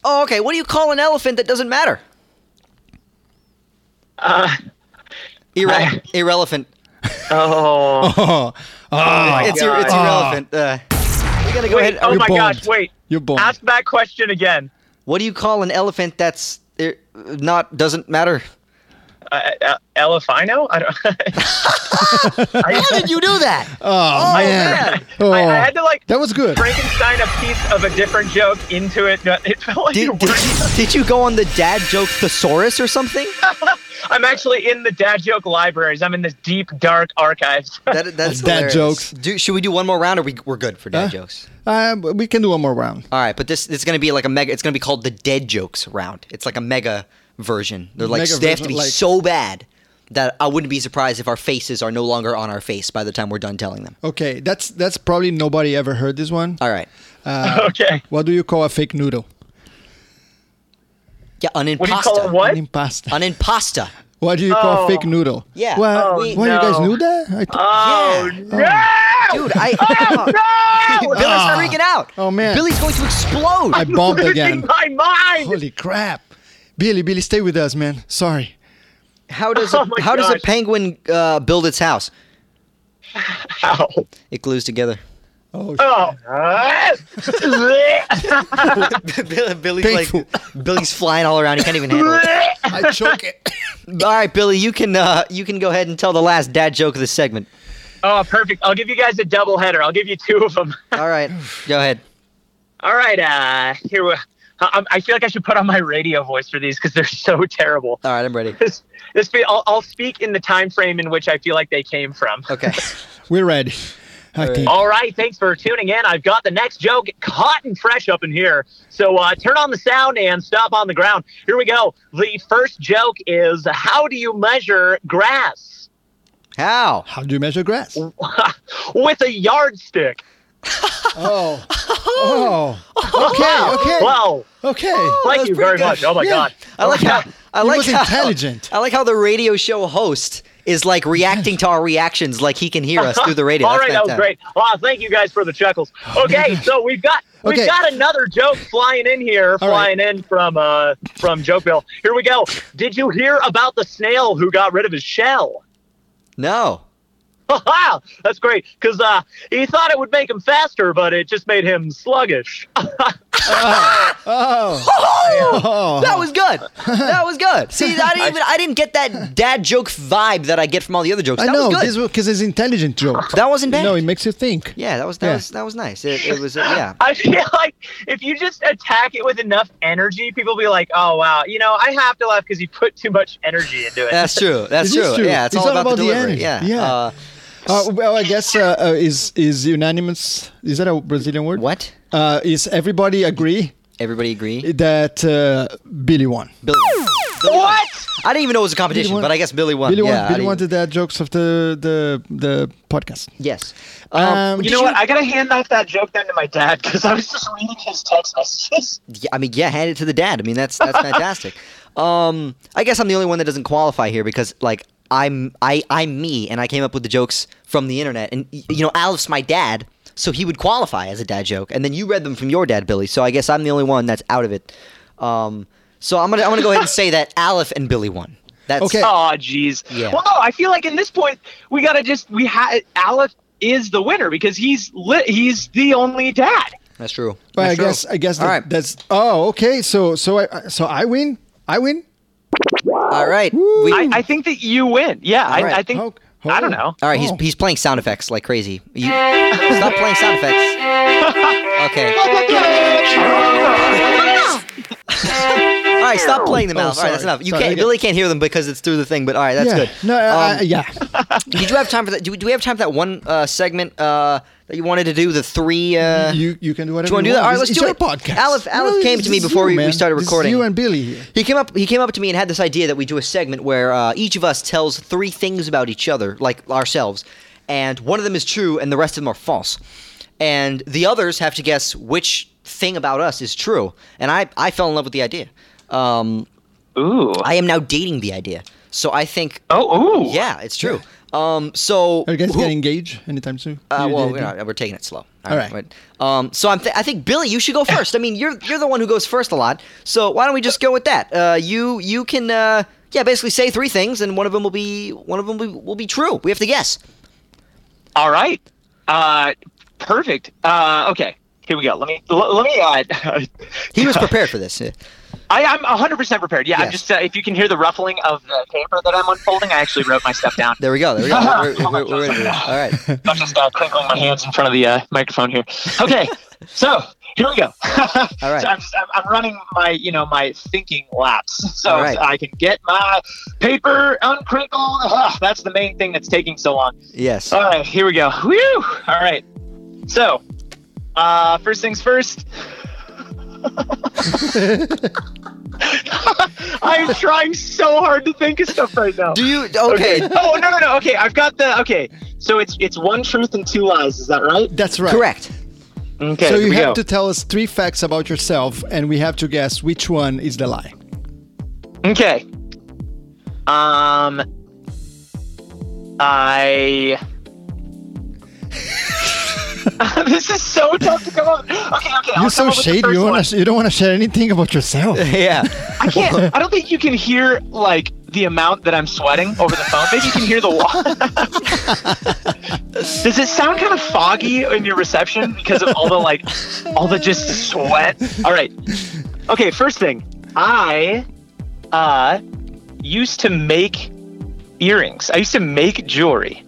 B: oh, okay. What do you call an elephant that doesn't matter?
D: Uh,
B: Irre- irrelevant.
D: oh.
C: Oh,
D: my
B: it's, ir-
D: God.
B: it's irrelevant. Uh, we gotta go
D: Wait,
B: ahead.
D: oh
C: You're
D: my gosh,
C: bombed.
D: wait.
C: you're born.
D: Ask that question again.
B: What do you call an elephant that's ir- not doesn't matter?
D: Uh, uh, Elefino? I don't.
B: How did you do that?
C: oh, man.
D: man. I, I had to like
C: that was good.
D: Frankenstein a piece of a different joke into it. but It felt like
B: Did,
D: it
B: did,
D: worked.
B: you, did you go on the dad joke thesaurus or something?
D: I'm actually in the dad joke libraries. I'm in the deep dark archives.
B: That, that's hilarious.
C: Dad jokes.
B: Do, should we do one more round, or we we're good for dad
C: Huh?
B: jokes?
C: Uh, we can do one more round.
B: All right, but this it's gonna be like a mega. It's gonna be called the dead jokes round. It's like a mega version. They're like
C: Mega
B: they have to
C: version,
B: be
C: like-
B: so bad that I wouldn't be surprised if our faces are no longer on our face by the time we're done telling them.
C: Okay, that's that's probably nobody ever heard this one.
B: All right.
D: okay.
C: What do you call a fake noodle?
B: Yeah, an impasta.
D: What do you call it? What?
C: An impasta.
B: An impasta.
C: what do you call
D: Oh.
C: a fake noodle?
B: Yeah.
C: Well,
D: Oh,
C: well, you guys
D: no.
C: knew that? I th-
D: Oh
B: Yeah. Oh.
D: no!
B: Dude, I.
D: no!
B: Billy's
C: Ah.
B: freaking out.
C: Oh, man.
B: Billy's going to explode.
C: I bombed
D: Losing
C: again.
D: my mind.
C: Holy crap. Billy, Billy, stay with us, man. Sorry.
B: How does a,
D: Oh my
B: how does a
D: gosh.
B: penguin uh, build its house?
D: Ow.
B: It glues together.
C: Oh,
D: Oh.
B: Billy's
C: Painful.
B: Billy's flying all around. He can't even handle it.
C: I choke it.
B: All right, Billy, you can uh, you can go ahead and tell the last dad joke of this segment.
D: oh, perfect. I'll give you guys a double header. I'll give you two of them.
B: All right, go ahead.
D: All right. Uh, here we. I, I feel like I should put on my radio voice for these because they're so terrible.
B: All right, I'm ready.
D: This, this. be- I'll, I'll speak in the time frame in which I feel like they came from.
B: Okay.
C: We're ready. I think.
B: Oh.
D: All right, thanks for tuning in. I've got the next joke hot and fresh up in here. So uh, turn on the sound and stop on the ground. Here we go. The first joke is how do you measure grass?
B: How?
C: How do you measure grass?
B: Oh.
D: With a yardstick.
C: Oh. Oh. Okay, okay.
D: Wow.
C: Okay.
B: that's
D: Thank you
B: Oh, pretty
D: very
B: good.
D: much. Oh my
C: Yeah.
D: god.
B: I like how I
C: He
B: like
C: was
B: how,
C: intelligent.
B: I like how the radio show host is like reacting to our reactions, like he can hear us through the radio.
D: All
B: That's
D: right, that was
B: fantastic. Oh,
D: great. Wow, thank you guys for the chuckles. Okay, so we've got we've
C: Okay.
D: got another joke flying in here,
C: All right.
D: flying in from uh from Jokeville. Here we go. Did you hear about the snail who got rid of his shell?
B: No.
D: Wow, that's great. Because uh, he thought it would make him faster, but it just made him sluggish.
C: Oh. Oh.
B: That was good. That was good. See, I didn't even I didn't get that dad joke vibe that I get from all the other jokes.
C: I
B: That
C: know
B: was good.
C: this because it's intelligent joke.
B: That wasn't bad.
C: No, it makes you think.
B: yeah, that was that
C: Yeah.
B: was that was nice. It, it was uh, yeah.
D: I feel like if you just attack it with enough energy, people will be like, oh, wow, you know, I have to laugh because you put too much energy into it.
B: That's true. That's
C: It is
B: true.
C: true.
B: Yeah, it's, all, about, the delivery.
C: energy.
B: yeah.
C: Yeah.
B: Uh,
C: Uh, well, I guess uh, uh, is is unanimous. Is that a Brazilian word?
B: what?
C: Uh, is everybody agree
B: Everybody agree?
C: that uh, Billy won?
B: Billy. won. Billy won.
D: What?
B: I didn't even know it was a competition,
C: won.
B: but I guess Billy won.
C: Billy
B: yeah, I
C: won. Billy
B: didn't-
C: wanted the jokes of the the the podcast.
B: Yes.
C: Um,
B: Um,
C: You
D: You
B: did
D: know what? I got to hand off that joke then to my dad because I was just reading his text messages.
B: Yeah, I mean, yeah, hand it to the dad. I mean, that's that's fantastic. Um, I guess I'm the only one that doesn't qualify here because like I'm I I'm me and I came up with the jokes from the internet and y- you know Alf's my dad, so he would qualify as a dad joke. And then you read them from your dad, Billy. So I guess I'm the only one that's out of it. Um, so I'm gonna I'm gonna go ahead and say that Alf and Billy won. That's
C: Okay.
D: Oh, jeez.
B: Yeah.
D: Well, no, I feel like at this point, we got to just, we had, Aleph is the winner because he's lit, he's the only dad.
B: that's true.
C: But I
B: That's true.
C: guess I guess
B: All
C: that,
B: right.
C: that's. Oh, okay. So so I so I win. I win.
B: all right. We,
D: I, I think that you win. Yeah, I,
B: right.
D: I think.
C: Oh,
D: I don't know.
B: All right, he's,
C: Oh.
B: he's playing sound effects like crazy. You, stop playing sound effects. Okay.
C: Oh,
B: All right, stop playing them
C: Oh,
B: out. All right, that's
C: sorry.
B: enough. You
C: Sorry,
B: can't.
C: I get-
B: Billy can't hear them because it's through the thing. But all right, that's
C: yeah.
B: good.
C: No.
B: Um,
C: Uh, yeah.
B: Did you have time for that? Do, do we have time for that one uh, segment uh, that you wanted to do? The three. Uh,
C: you you can do whatever.
B: you wanna do that? All right, let's
C: This is
B: do
C: your
B: it.
C: podcast.
B: Aleph- Aleph
C: this
B: came to
C: is
B: me before we- we
C: man.
B: started
C: This is
B: recording.
C: you and Billy. Here.
B: He came up. He came up to me and had this idea that we do a segment where uh, each of us tells three things about each other, like ourselves, and one of them is true, and the rest of them are false. And the others have to guess which thing about us is true. And I, I fell in love with the idea. Um,
D: Ooh.
B: I am now dating the idea. So I think,
D: oh, ooh.
B: yeah, it's true. Um, so
C: Are you guys
B: who-
C: getting engaged anytime soon?
B: uh,
C: You
B: well,
C: did-
B: you know, we're taking it slow.
C: All right.
B: but, um, so I'm th- I think Billy, you should go first. I mean, you're you're the one who goes first a lot. So why don't we just go with that? Uh, you you can uh, yeah, basically say three things, and one of them will be one of them will be, will be true. We have to guess.
D: All right. Uh, perfect. Uh, okay. Here we go. Let me l- let me. Uh,
B: He was prepared for this. Yeah.
D: I, I'm 100 percent prepared. Yeah, I'm
B: Yes.
D: just. Uh, if you can hear the ruffling of the paper that I'm unfolding, I actually wrote my stuff down.
B: There we go. There we go. We're- we're- we're- we're ready. All right.
D: I'm just uh, crinkling my hands in front of the uh, microphone here. Okay, so here we go.
B: All right.
D: So I'm, just, I'm, I'm running my, you know, my thinking laps, so
B: All right.
D: I can get my paper uncrinkled. Ugh, that's the main thing that's taking so long.
B: Yes.
D: All right, here we go. Whew! All right. So, uh, first things first. I'm trying so hard to think of stuff right now.
B: Do you okay?
D: Oh no no no. Okay, I've got the. Okay, so it's it's one truth and two lies. Is that right?
C: That's right.
B: Correct.
D: Okay.
C: so
D: here
C: you
D: we
C: have
D: go.
C: to tell us three facts about yourself, and we have to guess which one is the lie.
D: Okay. Um. I. this is so tough to come up. Okay, okay. I'll
C: You're so
D: come up with the
C: shady.
D: first
C: You,
D: one.
C: wanna, you don't want to share anything about yourself.
B: Yeah.
D: I can't. I don't think you can hear like the amount that I'm sweating over the phone. Maybe you can hear the wall. Does it sound kind of foggy in your reception because of all the like, all the just sweat? All right. Okay. First thing, I, uh, used to make earrings. I used to make jewelry.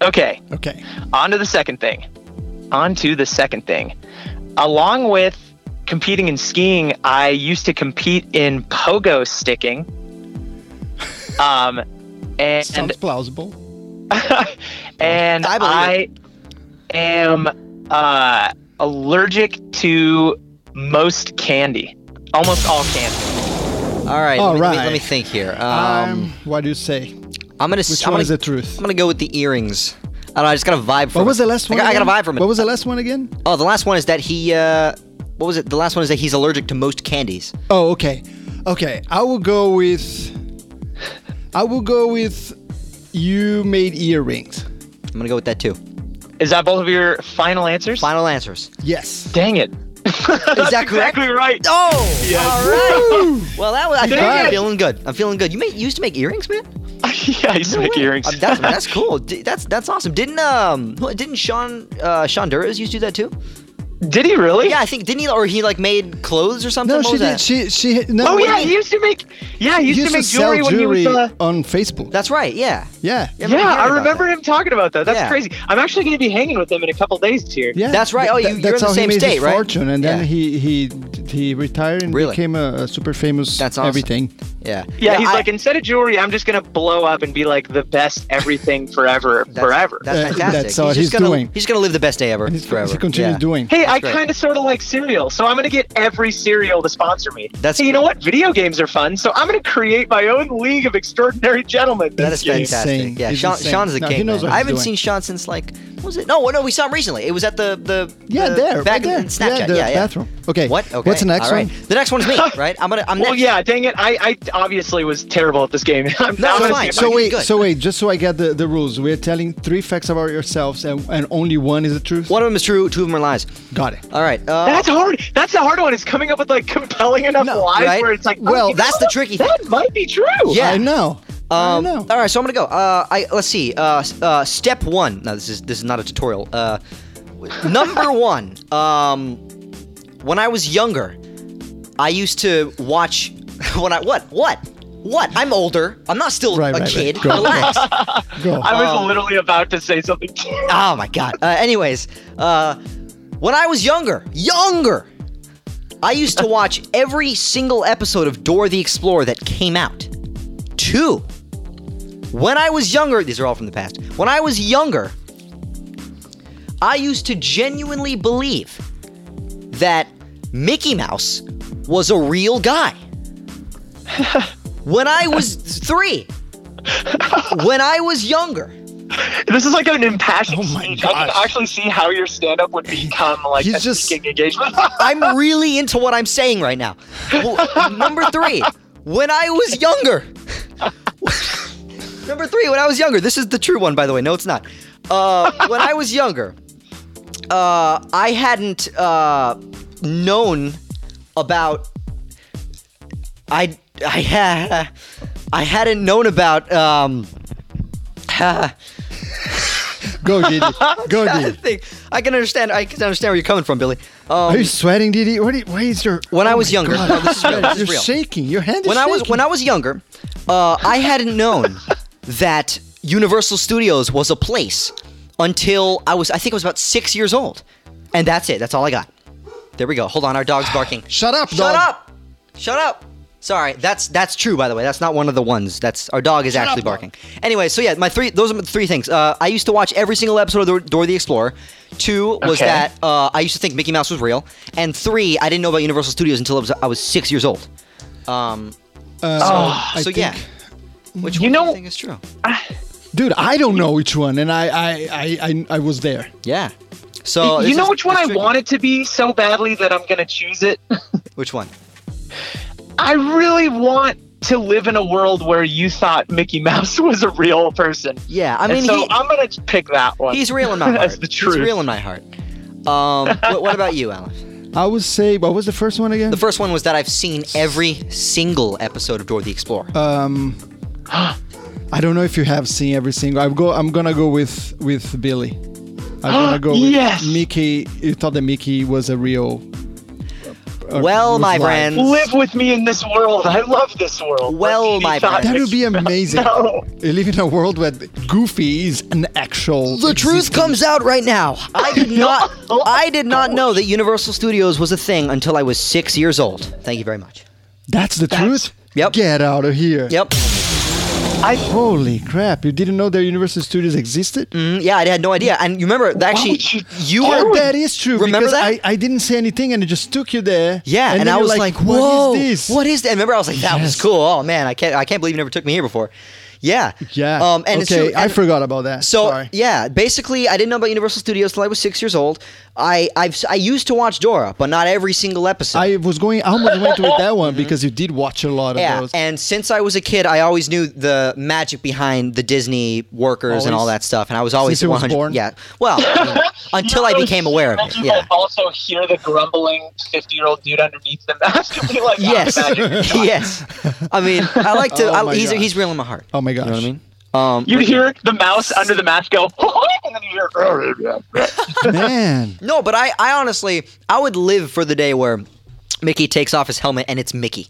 D: Okay
C: Okay.
D: on to the second thing. On to the second thing. Along with competing in skiing, I used to compete in pogo sticking. Um,
C: Sounds
D: and
C: plausible.
D: and
B: I
D: I,
B: believe
D: am uh, allergic to most candy, almost all candy.
B: All right.
C: All
B: let me, Let me,
C: right.
B: let me think here.
C: Um,
B: Um,
C: what do you say?
B: I'm gonna.
C: Which
B: I'm
C: one
B: gonna,
C: is the truth?
B: I'm gonna go with the earrings. I don't know. I just got a vibe from.
C: What was
B: it.
C: the last one?
B: I got, I got
C: again?
B: a vibe from it.
C: What was the last one again?
B: Oh, the last one is that he. Uh, what was it? The last one is that he's allergic to most candies.
C: Oh, okay. Okay. I will go with. I will go with. You made earrings.
B: I'm gonna go with that too.
D: Is that both of your final answers?
B: Final answers.
C: Yes.
D: Dang it! That's
B: that correct?
D: exactly right.
B: Oh, all right. well, that was. I think
C: Dang
B: I'm
C: it.
B: feeling good. I'm feeling good. You, made, you used to make earrings, man.
D: yeah, I used to make earrings.
B: Um, that's that's cool. D- that's that's awesome. Didn't um who- didn't Sean uh, Sean Duras used to do that too?
D: Did he really?
B: Yeah, I think didn't he or he like made clothes or something.
C: No,
B: What
C: she
B: was
C: did.
B: that?
C: She she. No,
D: Oh
C: what
D: yeah,
C: do you-
D: he used to make. Yeah, he used,
C: used
D: to make
C: sell
D: jewelry when he was. Uh,
C: on Facebook.
B: That's right. Yeah.
C: yeah.
B: I remember
D: Yeah,
B: hearing
D: I
B: about
D: remember him talking about that. That's
B: Yeah.
D: crazy. I'm actually going to be hanging with him in a couple days here.
C: Yeah,
B: That's right. Oh, you- you're
C: that's
B: in the
C: how
B: same
C: he made
B: state,
C: his
B: right?
C: Fortune, and then
B: Yeah.
C: he he he retired and
B: Really?
C: became a, a super famous.
B: That's awesome.
C: everything.
B: that. Yeah.
D: Yeah, he's
B: I-
D: like instead of jewelry, I'm just going to blow up and be like the best everything forever,
B: that's-
D: forever.
B: That's
C: Uh,
B: fantastic.
C: that's what
B: he's,
C: he's
B: just gonna,
C: doing.
B: He's gonna live the best day ever.
C: And he's,
B: forever.
C: he continues
B: Yeah.
C: doing.
D: Hey, I
B: great.
D: kind of sort of like cereal, so I'm going to get every cereal to sponsor me.
B: That's
D: hey, you know what? Video games are fun, so I'm going to create my own league of extraordinary gentlemen.
B: That is
D: this year.
C: He's
B: fantastic.
C: insane.
B: Yeah,
C: He's
B: Sean,
C: insane.
B: Sean's the
C: No,
B: king.
C: he knows
B: man.
C: what
B: I
C: he's
B: haven't
C: doing.
B: seen Sean since like what was it? No, no, we saw him recently. It was at the the
C: Yeah,
B: the-
C: there,
B: back
C: right there.
B: in Snapchat.
C: Yeah,
B: Yeah,
C: the
B: yeah,
C: bathroom. Okay.
B: What? Okay.
C: What's the next
B: All right.
C: one?
B: The next one is me, right? I'm gonna. I'm
D: Well,
B: next.
D: yeah, dang it. I, I obviously was terrible at this game. I'm
B: No,
D: now
B: it's
D: gonna
B: fine.
D: see if I
C: So
D: can-
C: wait,
B: good.
C: so wait, just so I get the, the rules, we're telling three facts about yourselves, and, and only one is the truth.
B: One of them is true. Two of them are lies.
C: Got it.
B: All right. Uh,
D: That's hard. That's the hard one. Is coming up with like compelling enough
C: No,
D: lies
B: right?
D: where it's like,
B: Well,
D: you know
B: that's the
D: what?
B: tricky
D: That might be true.
B: Yeah.
C: I know. I
B: um,
C: know.
B: all right. So I'm gonna go. Uh, I let's see. Uh, s- uh, step one. No, this is this is not a tutorial. Uh, number one. Um, when I was younger, I used to watch. When I what what what? I'm older. I'm not still
C: Right,
B: a
C: right, right.
B: kid.
C: Go.
B: Relax.
C: Go.
D: I was
B: Um,
D: literally about to say something.
B: Oh my god. Uh, anyways, uh, when I was younger, younger, I used to watch every single episode of Dora the Explorer that came out. Two. When I was younger, these are all from the past. When I was younger, I used to genuinely believe that Mickey Mouse was a real guy. when I was three, when I was younger,
D: This is like an impassioned
C: Oh my
D: speech. I
C: gosh.
D: can actually see how your stand-up would become like
C: He's
D: a
C: just-
D: speaking engagement.
B: I'm really into what I'm saying right now. Well, number three, when I was younger. number three, when I was younger. This is the true one, by the way. No, it's not. Uh, when I was younger, uh, I hadn't uh, known about. I I ha- I hadn't known about. Um,
C: Oh, Go, Didi. Go,
B: I
C: Didi.
B: think I can understand. I can understand where you're coming from, Billy. Um,
C: Are you sweating, Didi? What? do you- Why is your?
B: When I
C: Oh
B: was
C: my
B: younger.
C: God.
B: No, this is real. This is
C: You're
B: real.
C: shaking. Your hand is
B: when I was
C: shaking.
B: when I was younger, uh, I hadn't known that Universal Studios was a place until I was I think I was about six years old, and that's it. That's all I got. There we go. Hold on, our dog's barking.
C: Shut up,
B: Shut
C: dog.
B: up! Shut up! Sorry, that's that's true by the way. That's not one of the ones. That's our dog is actually
C: up,
B: barking. Anyway, so yeah, my three those are my three things. Uh, I used to watch every single episode of the Dora the Explorer. Two was
D: Okay.
B: that uh, I used to think Mickey Mouse was real, and three I didn't know about Universal Studios until I was I was six years old. Um,
C: Uh, I
B: Oh, so yeah,
C: think-
B: which
D: You
B: one do
D: know-
B: you think is true?
C: dude, I don't know which one, and I, I, I, I, I was there.
B: Yeah. So
D: you
B: this
D: know
B: is-
D: which one
B: Oh, it's
D: I
B: tricky.
D: want it to be so badly that I'm gonna choose it.
B: Which one?
D: I really want to live in a world where you thought Mickey Mouse was a real person.
B: Yeah, I
D: I
B: mean
D: mean, so
B: he,
D: I'm gonna pick that one.
B: he's real in my heart.
D: That's the truth.
B: He's real in my heart. Um, what, what about you, Alan?
C: I would say, what was the first one again?
B: The first one was that I've seen every single episode of Dora the Explorer.
D: Uh,
C: um, I don't know if you have seen every single. I go. I'm gonna go with with Billy. I'm gonna go with
D: Yes.
C: Mickey. You thought that Mickey was a real. a-
B: well,
C: was
B: my
C: live.
B: friends.
D: uh, Live with me in this world. I love this world. where
B: Well,
D: you
B: my
D: thought
C: That
D: Mickey
C: would be amazing.
D: No.
C: You live in a world where Goofy is an actual.
B: the truth
C: existing-
B: comes out right now. I did not. I did not know that Universal Studios was a thing until I was six years old. Thank you very much.
C: That's the truth.
B: Yep.
C: Get out of here.
B: Yep.
C: Holy crap! You didn't know that Universal Studios existed.
B: Mm, yeah, I had no idea. And you remember, actually,
D: would you-
B: you
D: Why
B: were
D: would-
C: That is true.
B: Remember
C: because
B: that?
C: I, I didn't say anything and it just took you there.
B: Yeah, and,
C: then
B: I
C: you're
B: was like, "Whoa,
C: what is this?
B: What is that?" And remember, I was like, "That was
C: Yes.
B: cool." Oh man, I can't, I can't believe you never took me here before. Yeah,
C: Yeah.
B: Um, and it's
C: okay,
B: true,
C: I
B: and-
C: forgot about that.
B: So
C: Sorry.
B: yeah, basically, I didn't know about Universal Studios till I was six years old. I, I've, I used to watch Dora, but not every single episode.
C: I was going. I almost went with that one because you did watch a lot of
B: Mm-hmm. yeah,
C: those.
B: and since I was a kid, I always knew the magic behind the Disney workers and
C: Always?
B: all that stuff, and I was always
C: Since you was
B: 100
C: born?
B: Yeah, well, until I
D: You know,
B: became aware of it.
D: you
B: Yeah.
D: can also hear the grumbling 50 year old dude underneath the mask and be like, "Oh,
B: Yes,
D: magic."
B: yes. I mean, I like to.
C: Oh
B: I,
C: my
B: he's
C: gosh.
B: he's real in my heart.
C: oh my gosh.
B: You know what I mean? Um,
D: You'd hear the mouse under the mask go, and then you hear, "Oh, yeah, yeah."
C: Man.
B: No, but I, I honestly, I would live for the day where Mickey takes off his helmet and it's Mickey.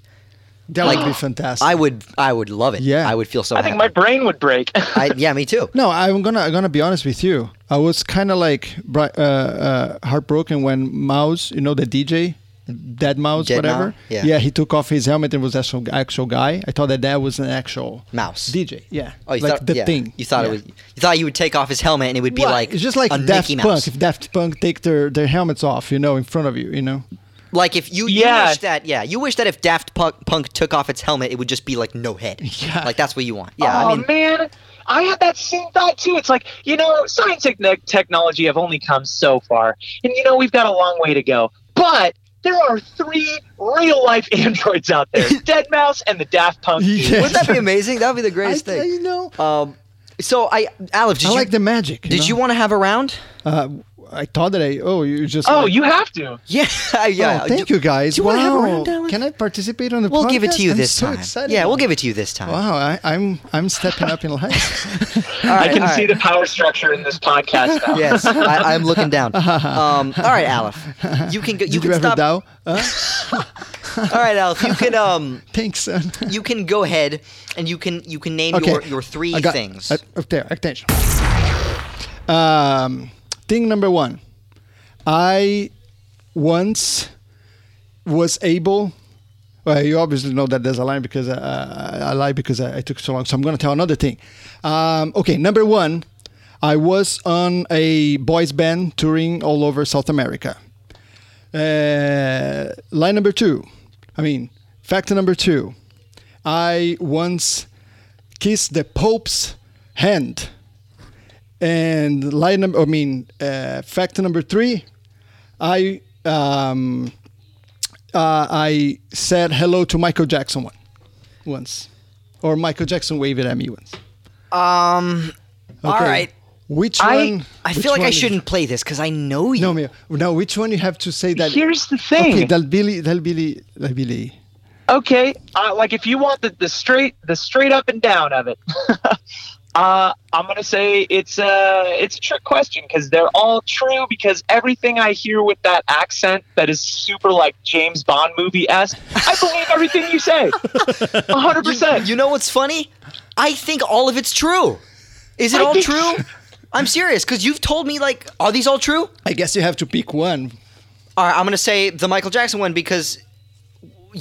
C: That would be fantastic.
B: I would, I would love it.
C: Yeah.
B: I would feel so.
D: I think my
B: happy.
D: brain would break.
B: I, yeah, me too.
C: no, I'm gonna I'm gonna be honest with you. I was kind of like bri- uh, uh, heartbroken when Mouse, you know, the DJ, Dead Mouse,
B: Dead
C: whatever.
B: Mouse? Yeah.
C: he took off his helmet and was actual actual guy. I thought that that was an actual
B: Mouse.
C: DJ. Yeah,
B: Oh, you
C: like
B: thought
C: the
B: yeah,
C: thing.
B: You thought
C: Yeah.
B: it was. You thought you would take off his helmet and it would be
C: Well,
B: like
C: it's just like
B: a
C: Daft
B: Mickey
C: Punk.
B: Mouse.
C: If Daft Punk take their, their helmets off, you know, in front of you, you know.
B: like if you, you
D: Yeah.
B: wish that yeah you wish that if Daft Punk, Punk took off its helmet it would just be like no head.
C: Yeah.
B: Like that's what you want. Yeah.
D: oh
B: I mean
D: man, I had that same thought too. It's like you know, science and tech- technology have only come so far, and you know we've got a long way to go. But there are three real life androids out there: Dead Mouse and the Daft Punk. dude.
C: Yeah.
B: wouldn't that be amazing? That would be the
C: I,
B: greatest
C: I-
B: thing.
C: you know,
B: Um. So I Aleph, did
C: I
B: you
C: like the magic.
B: did you
C: know?
B: want to have a round?
C: Uh, I thought that I. Oh, you just.
D: Oh,
C: like-
D: you have to.
B: Yeah. yeah.
C: Oh, thank you guys.
B: do you
C: wow.
B: wanna have a round, Alan?
C: Can I participate on the?
B: We'll give it
C: podcast?
B: to you
C: I'm
B: this
C: so
B: time.
C: Excited
B: Yeah,
C: now.
B: we'll give it to you this time.
C: Wow, I, I'm I'm stepping up in life.
D: I
B: right,
D: can
B: all right.
D: see the power structure in this podcast now.
B: Yes, I, I'm looking down. Um, all right, Aleph, you can go, you can
C: Did you ever
B: stop.
C: doubt? Uh, Huh?
B: All right, Aleph, you can um
C: Thanks. son.
B: you can go ahead and you can you can name
C: okay.
B: your your three
C: I got-
B: things.
C: uh, up there, attention. Um, thing number one, I once was able. Well, you obviously know that there's a line because uh, I, I lie because I, I took so long. So I'm going to tell another thing. Um, okay, number one, I was on a boys band touring all over South America. Uh, line number two. I mean, fact number two. I once kissed the Pope's hand. And lie number, I mean, uh, fact number three, I um, uh, I said hello to Michael Jackson one, once, or Michael Jackson waved at me once.
B: Um. All
C: Okay.
B: right.
C: Which
D: I-
C: one?
B: I
C: which
B: feel like
C: one
B: I
C: is-
B: shouldn't play this because I know you.
C: No, Mia. No, which one you have to say that?
D: Here's the thing.
C: Okay, Del Billy, Del Billy, Del Billy.
D: okay uh, like if you want the, the straight the straight up and down of it uh, i'm gonna say it's uh it's a trick question because they're all true because everything i hear with that accent that is super like james bond movie-esque i believe everything you say 100%
B: You know what's funny? I think all of it's true. Is it
D: I
B: all
D: think-
B: true? I'm serious because you've told me like, are these all true?
C: I guess you have to pick one.
B: All right, I'm gonna say the Michael Jackson one because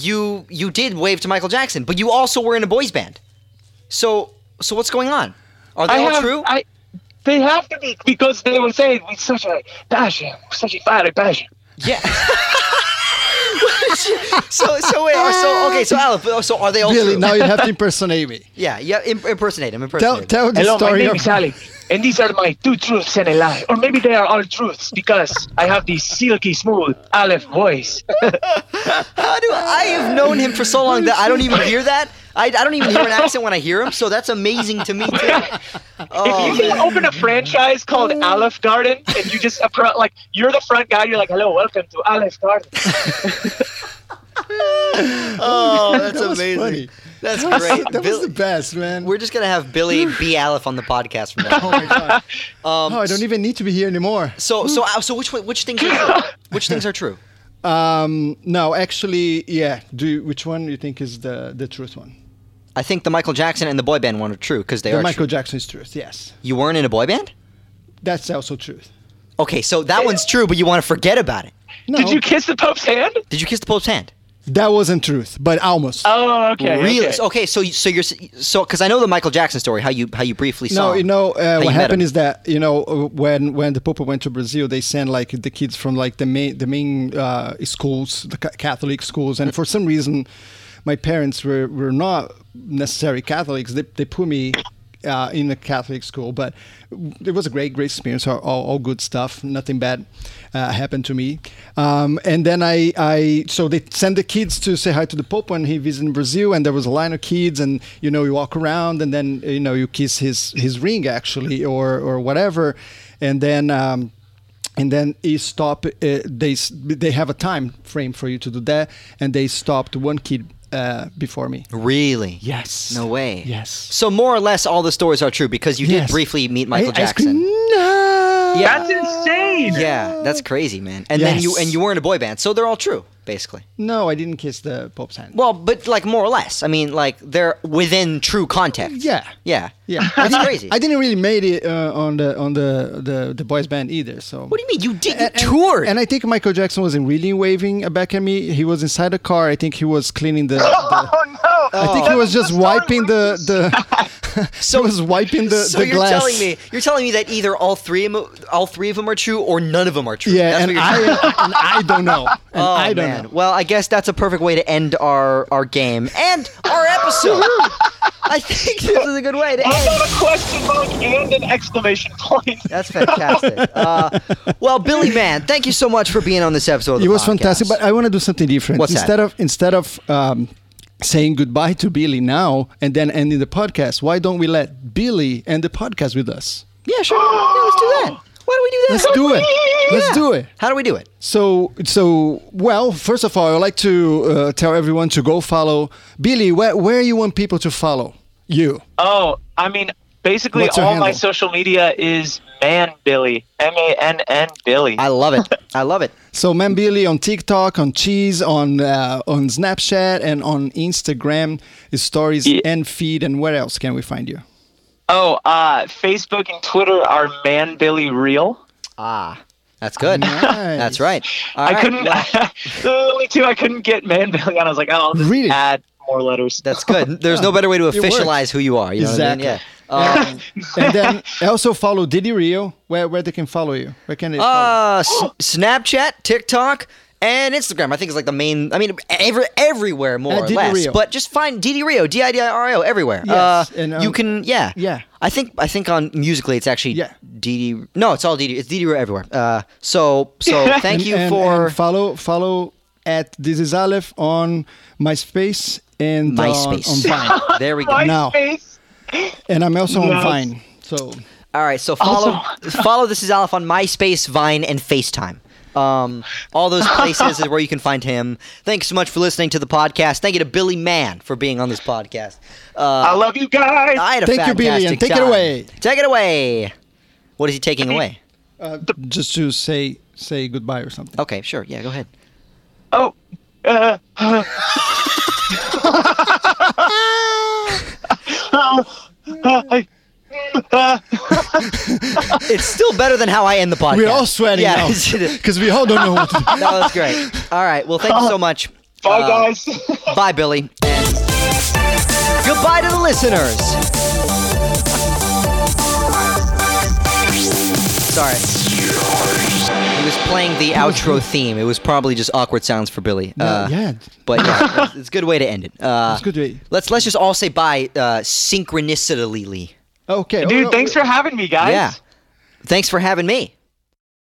B: you you did wave to Michael Jackson, but you also were in a boys band. So so what's going on? Are they
D: I
B: all
D: have,
B: true?
D: I, they have to be because they were saying with such a passion such a fiery passion
B: yeah. so so wait so okay so Aleph so are they all
C: Billy,
B: true?
C: now you have to impersonate me.
B: yeah yeah im- impersonate him impersonate
C: Tell,
B: him.
C: tell the
D: Hello, my
C: story
D: name
C: of
D: is Ali, and these are my two truths and a lie. Or maybe they are all truths because I have the silky smooth Aleph voice.
B: How do I have known him for so long that I don't even hear that? I, I don't even hear an accent when I hear him, so that's amazing to me too.
C: Oh.
D: if you can open a franchise called Aleph Garden and you just approach, like, you're the front guy, you're like, hello, welcome to Aleph Garden.
B: Oh, that's
C: That was funny.
B: That's
C: That was-
B: great.
C: That was
B: Bill-
C: the best, man.
B: We're just gonna have Billy B. Aleph on the podcast from now.
C: oh my god. oh, I don't even need to be here anymore.
B: So so
C: Hmm.
B: uh, so which one- which things are true? which things are true?
C: Um, no, actually, yeah. Do you, which one you think is the the truth one?
B: I think the Michael Jackson and the boy band one are true because they
C: The
B: are.
C: Michael
B: True.
C: Jackson is truth. Yes,
B: You weren't in a boy band.
C: that's also truth.
B: Okay, so that one's true, but you want to forget about it.
C: No,
D: Did you kiss the Pope's hand?
B: Did you kiss the Pope's hand?
C: that wasn't truth, but almost.
D: Oh, okay.
B: really?
D: okay.
B: Okay, so so you're s- so because I know the Michael Jackson story. How you how you briefly saw?
C: No, you
B: him,
C: know
B: how
C: uh,
B: you
C: what
B: met
C: happened
B: him.
C: is that you know uh, when when the Pope went to Brazil, they sent like the kids from like the main the main uh, schools, the ca- Catholic schools, and for some reason, my parents were were not necessarily Catholics. They they put me. Uh, in a Catholic school, but it was a great, great experience. All, all, all good stuff. Nothing bad uh, happened to me. Um, and then I, I, so they sent the kids to say hi to the Pope when he visited Brazil, and there was a line of kids, and you know you walk around, and then you know you kiss his his ring actually, or or whatever, and then. Um, and then he stop. Uh, they s- they have a time frame for you to do that, and they stopped one kid uh, before me.
B: Really?
C: Yes.
B: No way.
C: Yes.
B: So more or less, all the stories are true because you did
C: Yes.
B: briefly meet Michael
C: I, I
B: Jackson.
C: screamed, no.
B: Yeah.
D: That's insane.
B: yeah, that's crazy, man. And then you
C: Yes.
B: and you were in a boy band, so they're all true, basically.
C: No, I didn't kiss the Pope's hand.
B: Well, but like more or less. I mean, like they're within true context.
C: Yeah.
B: Yeah.
C: yeah, I
B: That's
C: didn't-
B: crazy.
C: I didn't really made it uh, on the on the, the the boys band either. So
B: what do you mean? You did you toured.
C: And I think Michael Jackson wasn't really waving back at me. He was inside a car. I think he was cleaning the. the
D: Oh, no.
C: I think he was just wiping the the.
B: So-
C: he was wiping the
B: so
C: uh, the
B: you're
C: glass.
B: telling me you're telling me that either all three of 'em- all three of them are true or none of them are true.
C: Yeah,
B: That's
C: and
B: what you're
C: I
B: telling me.
C: and I don't know. And
B: Oh,
C: I don't
B: man.
C: know.
B: Well, I guess that's a perfect way to end our our game and our episode. I think this is a good way to
D: I
B: end.
D: got a question mark and an exclamation point.
B: That's fantastic. Uh, well, Billy Man, thank you so much for being on this episode. Of
C: It
B: the
C: was
B: podcast.
C: fantastic, but I want to do something different.
B: What's that?
C: instead of instead of um, saying goodbye to Billy now and then ending the podcast, why don't we let Billy end the podcast with us?
B: yeah, sure. Yeah, let's do that. Why do we do that?
C: Let's do it. Let's
B: Yeah.
C: do it.
B: How do we do it?
C: So, so well. First of all, I'd like to uh, tell everyone to go follow Billy. Where where you want people to follow you?
D: Oh, I mean, basically
C: What's your
D: all my
C: handle?
D: social media is man Billy, M A N N Billy.
B: I love it. I love it.
C: So, man, Billy on TikTok, on Cheese, on uh, on Snapchat, and on Instagram stories
D: Yeah.
C: and feed. And where else can we find you?
D: Oh, uh, Facebook and Twitter are man Billy real.
B: Ah, that's good.
C: Nice.
B: That's right. All
D: I
B: right,
D: couldn't.
B: well,
D: the only two I couldn't get man Billy on. I was like, oh, I'll just
C: Really?
D: add more letters.
B: that's good. There's no better way to
C: It worked.
B: officialize who you are. You know
C: Exactly.
B: What I mean? Yeah. Um,
C: and then also follow Didi Rio. Where where they can follow you? Where can they? follow
B: Uh, s- Snapchat, TikTok, and Instagram. I think is like the main. I mean, every, everywhere more
C: Uh,
B: or
C: Didi
B: less.
C: Rio.
B: But just find Didi Rio, D I D I R I O, everywhere.
C: Yes,
B: uh,
C: and, um,
B: you can, yeah,
C: yeah.
B: I think I think on musically, it's actually
C: Yeah.
B: Didi. No, it's all Didi. It's Didi Rio everywhere. Uh, so so thank
C: And-
B: you
C: and-
B: for
C: and follow follow at this is Aleph on MySpace and uh, on-
B: MySpace.
C: on Vine.
B: there we go.
D: My
C: Now.
D: face.
C: and I'm also on
D: Yes.
C: Vine. So
B: All right, so follow follow this is Aleph on MySpace, Vine, and FaceTime. Um, all those places is where you can find him. Thanks so much for listening to the podcast. Thank you to Billy Mann for being on this podcast. Uh,
D: I love you guys.
B: I had a
C: Thank you, Billy,
B: fantastic
C: and take it
B: time.
C: away.
B: Take it away. What is he taking away?
C: uh, just to say say goodbye or something.
B: Okay, sure. Yeah, go ahead.
D: Oh, uh, I,
B: It's still better than how I end the podcast.
C: We're all sweating
B: yeah,
C: now
B: that
C: because we all don't know what to do.
B: was great. All right. Well, thank you so much.
D: bye
B: Uh,
D: guys.
B: Bye, Billy. And goodbye to the listeners. Sorry. He was playing the outro theme. It was probably just awkward sounds for Billy. Uh,
C: yeah.
B: But yeah, it's- it's a good way to end it. Uh,
C: It's good to eat.
B: Let's let's just all say bye uh, synchronicitally.
C: Okay.
D: Dude,
C: Oh,
D: thanks for having me, guys.
B: Yeah. Thanks for having me.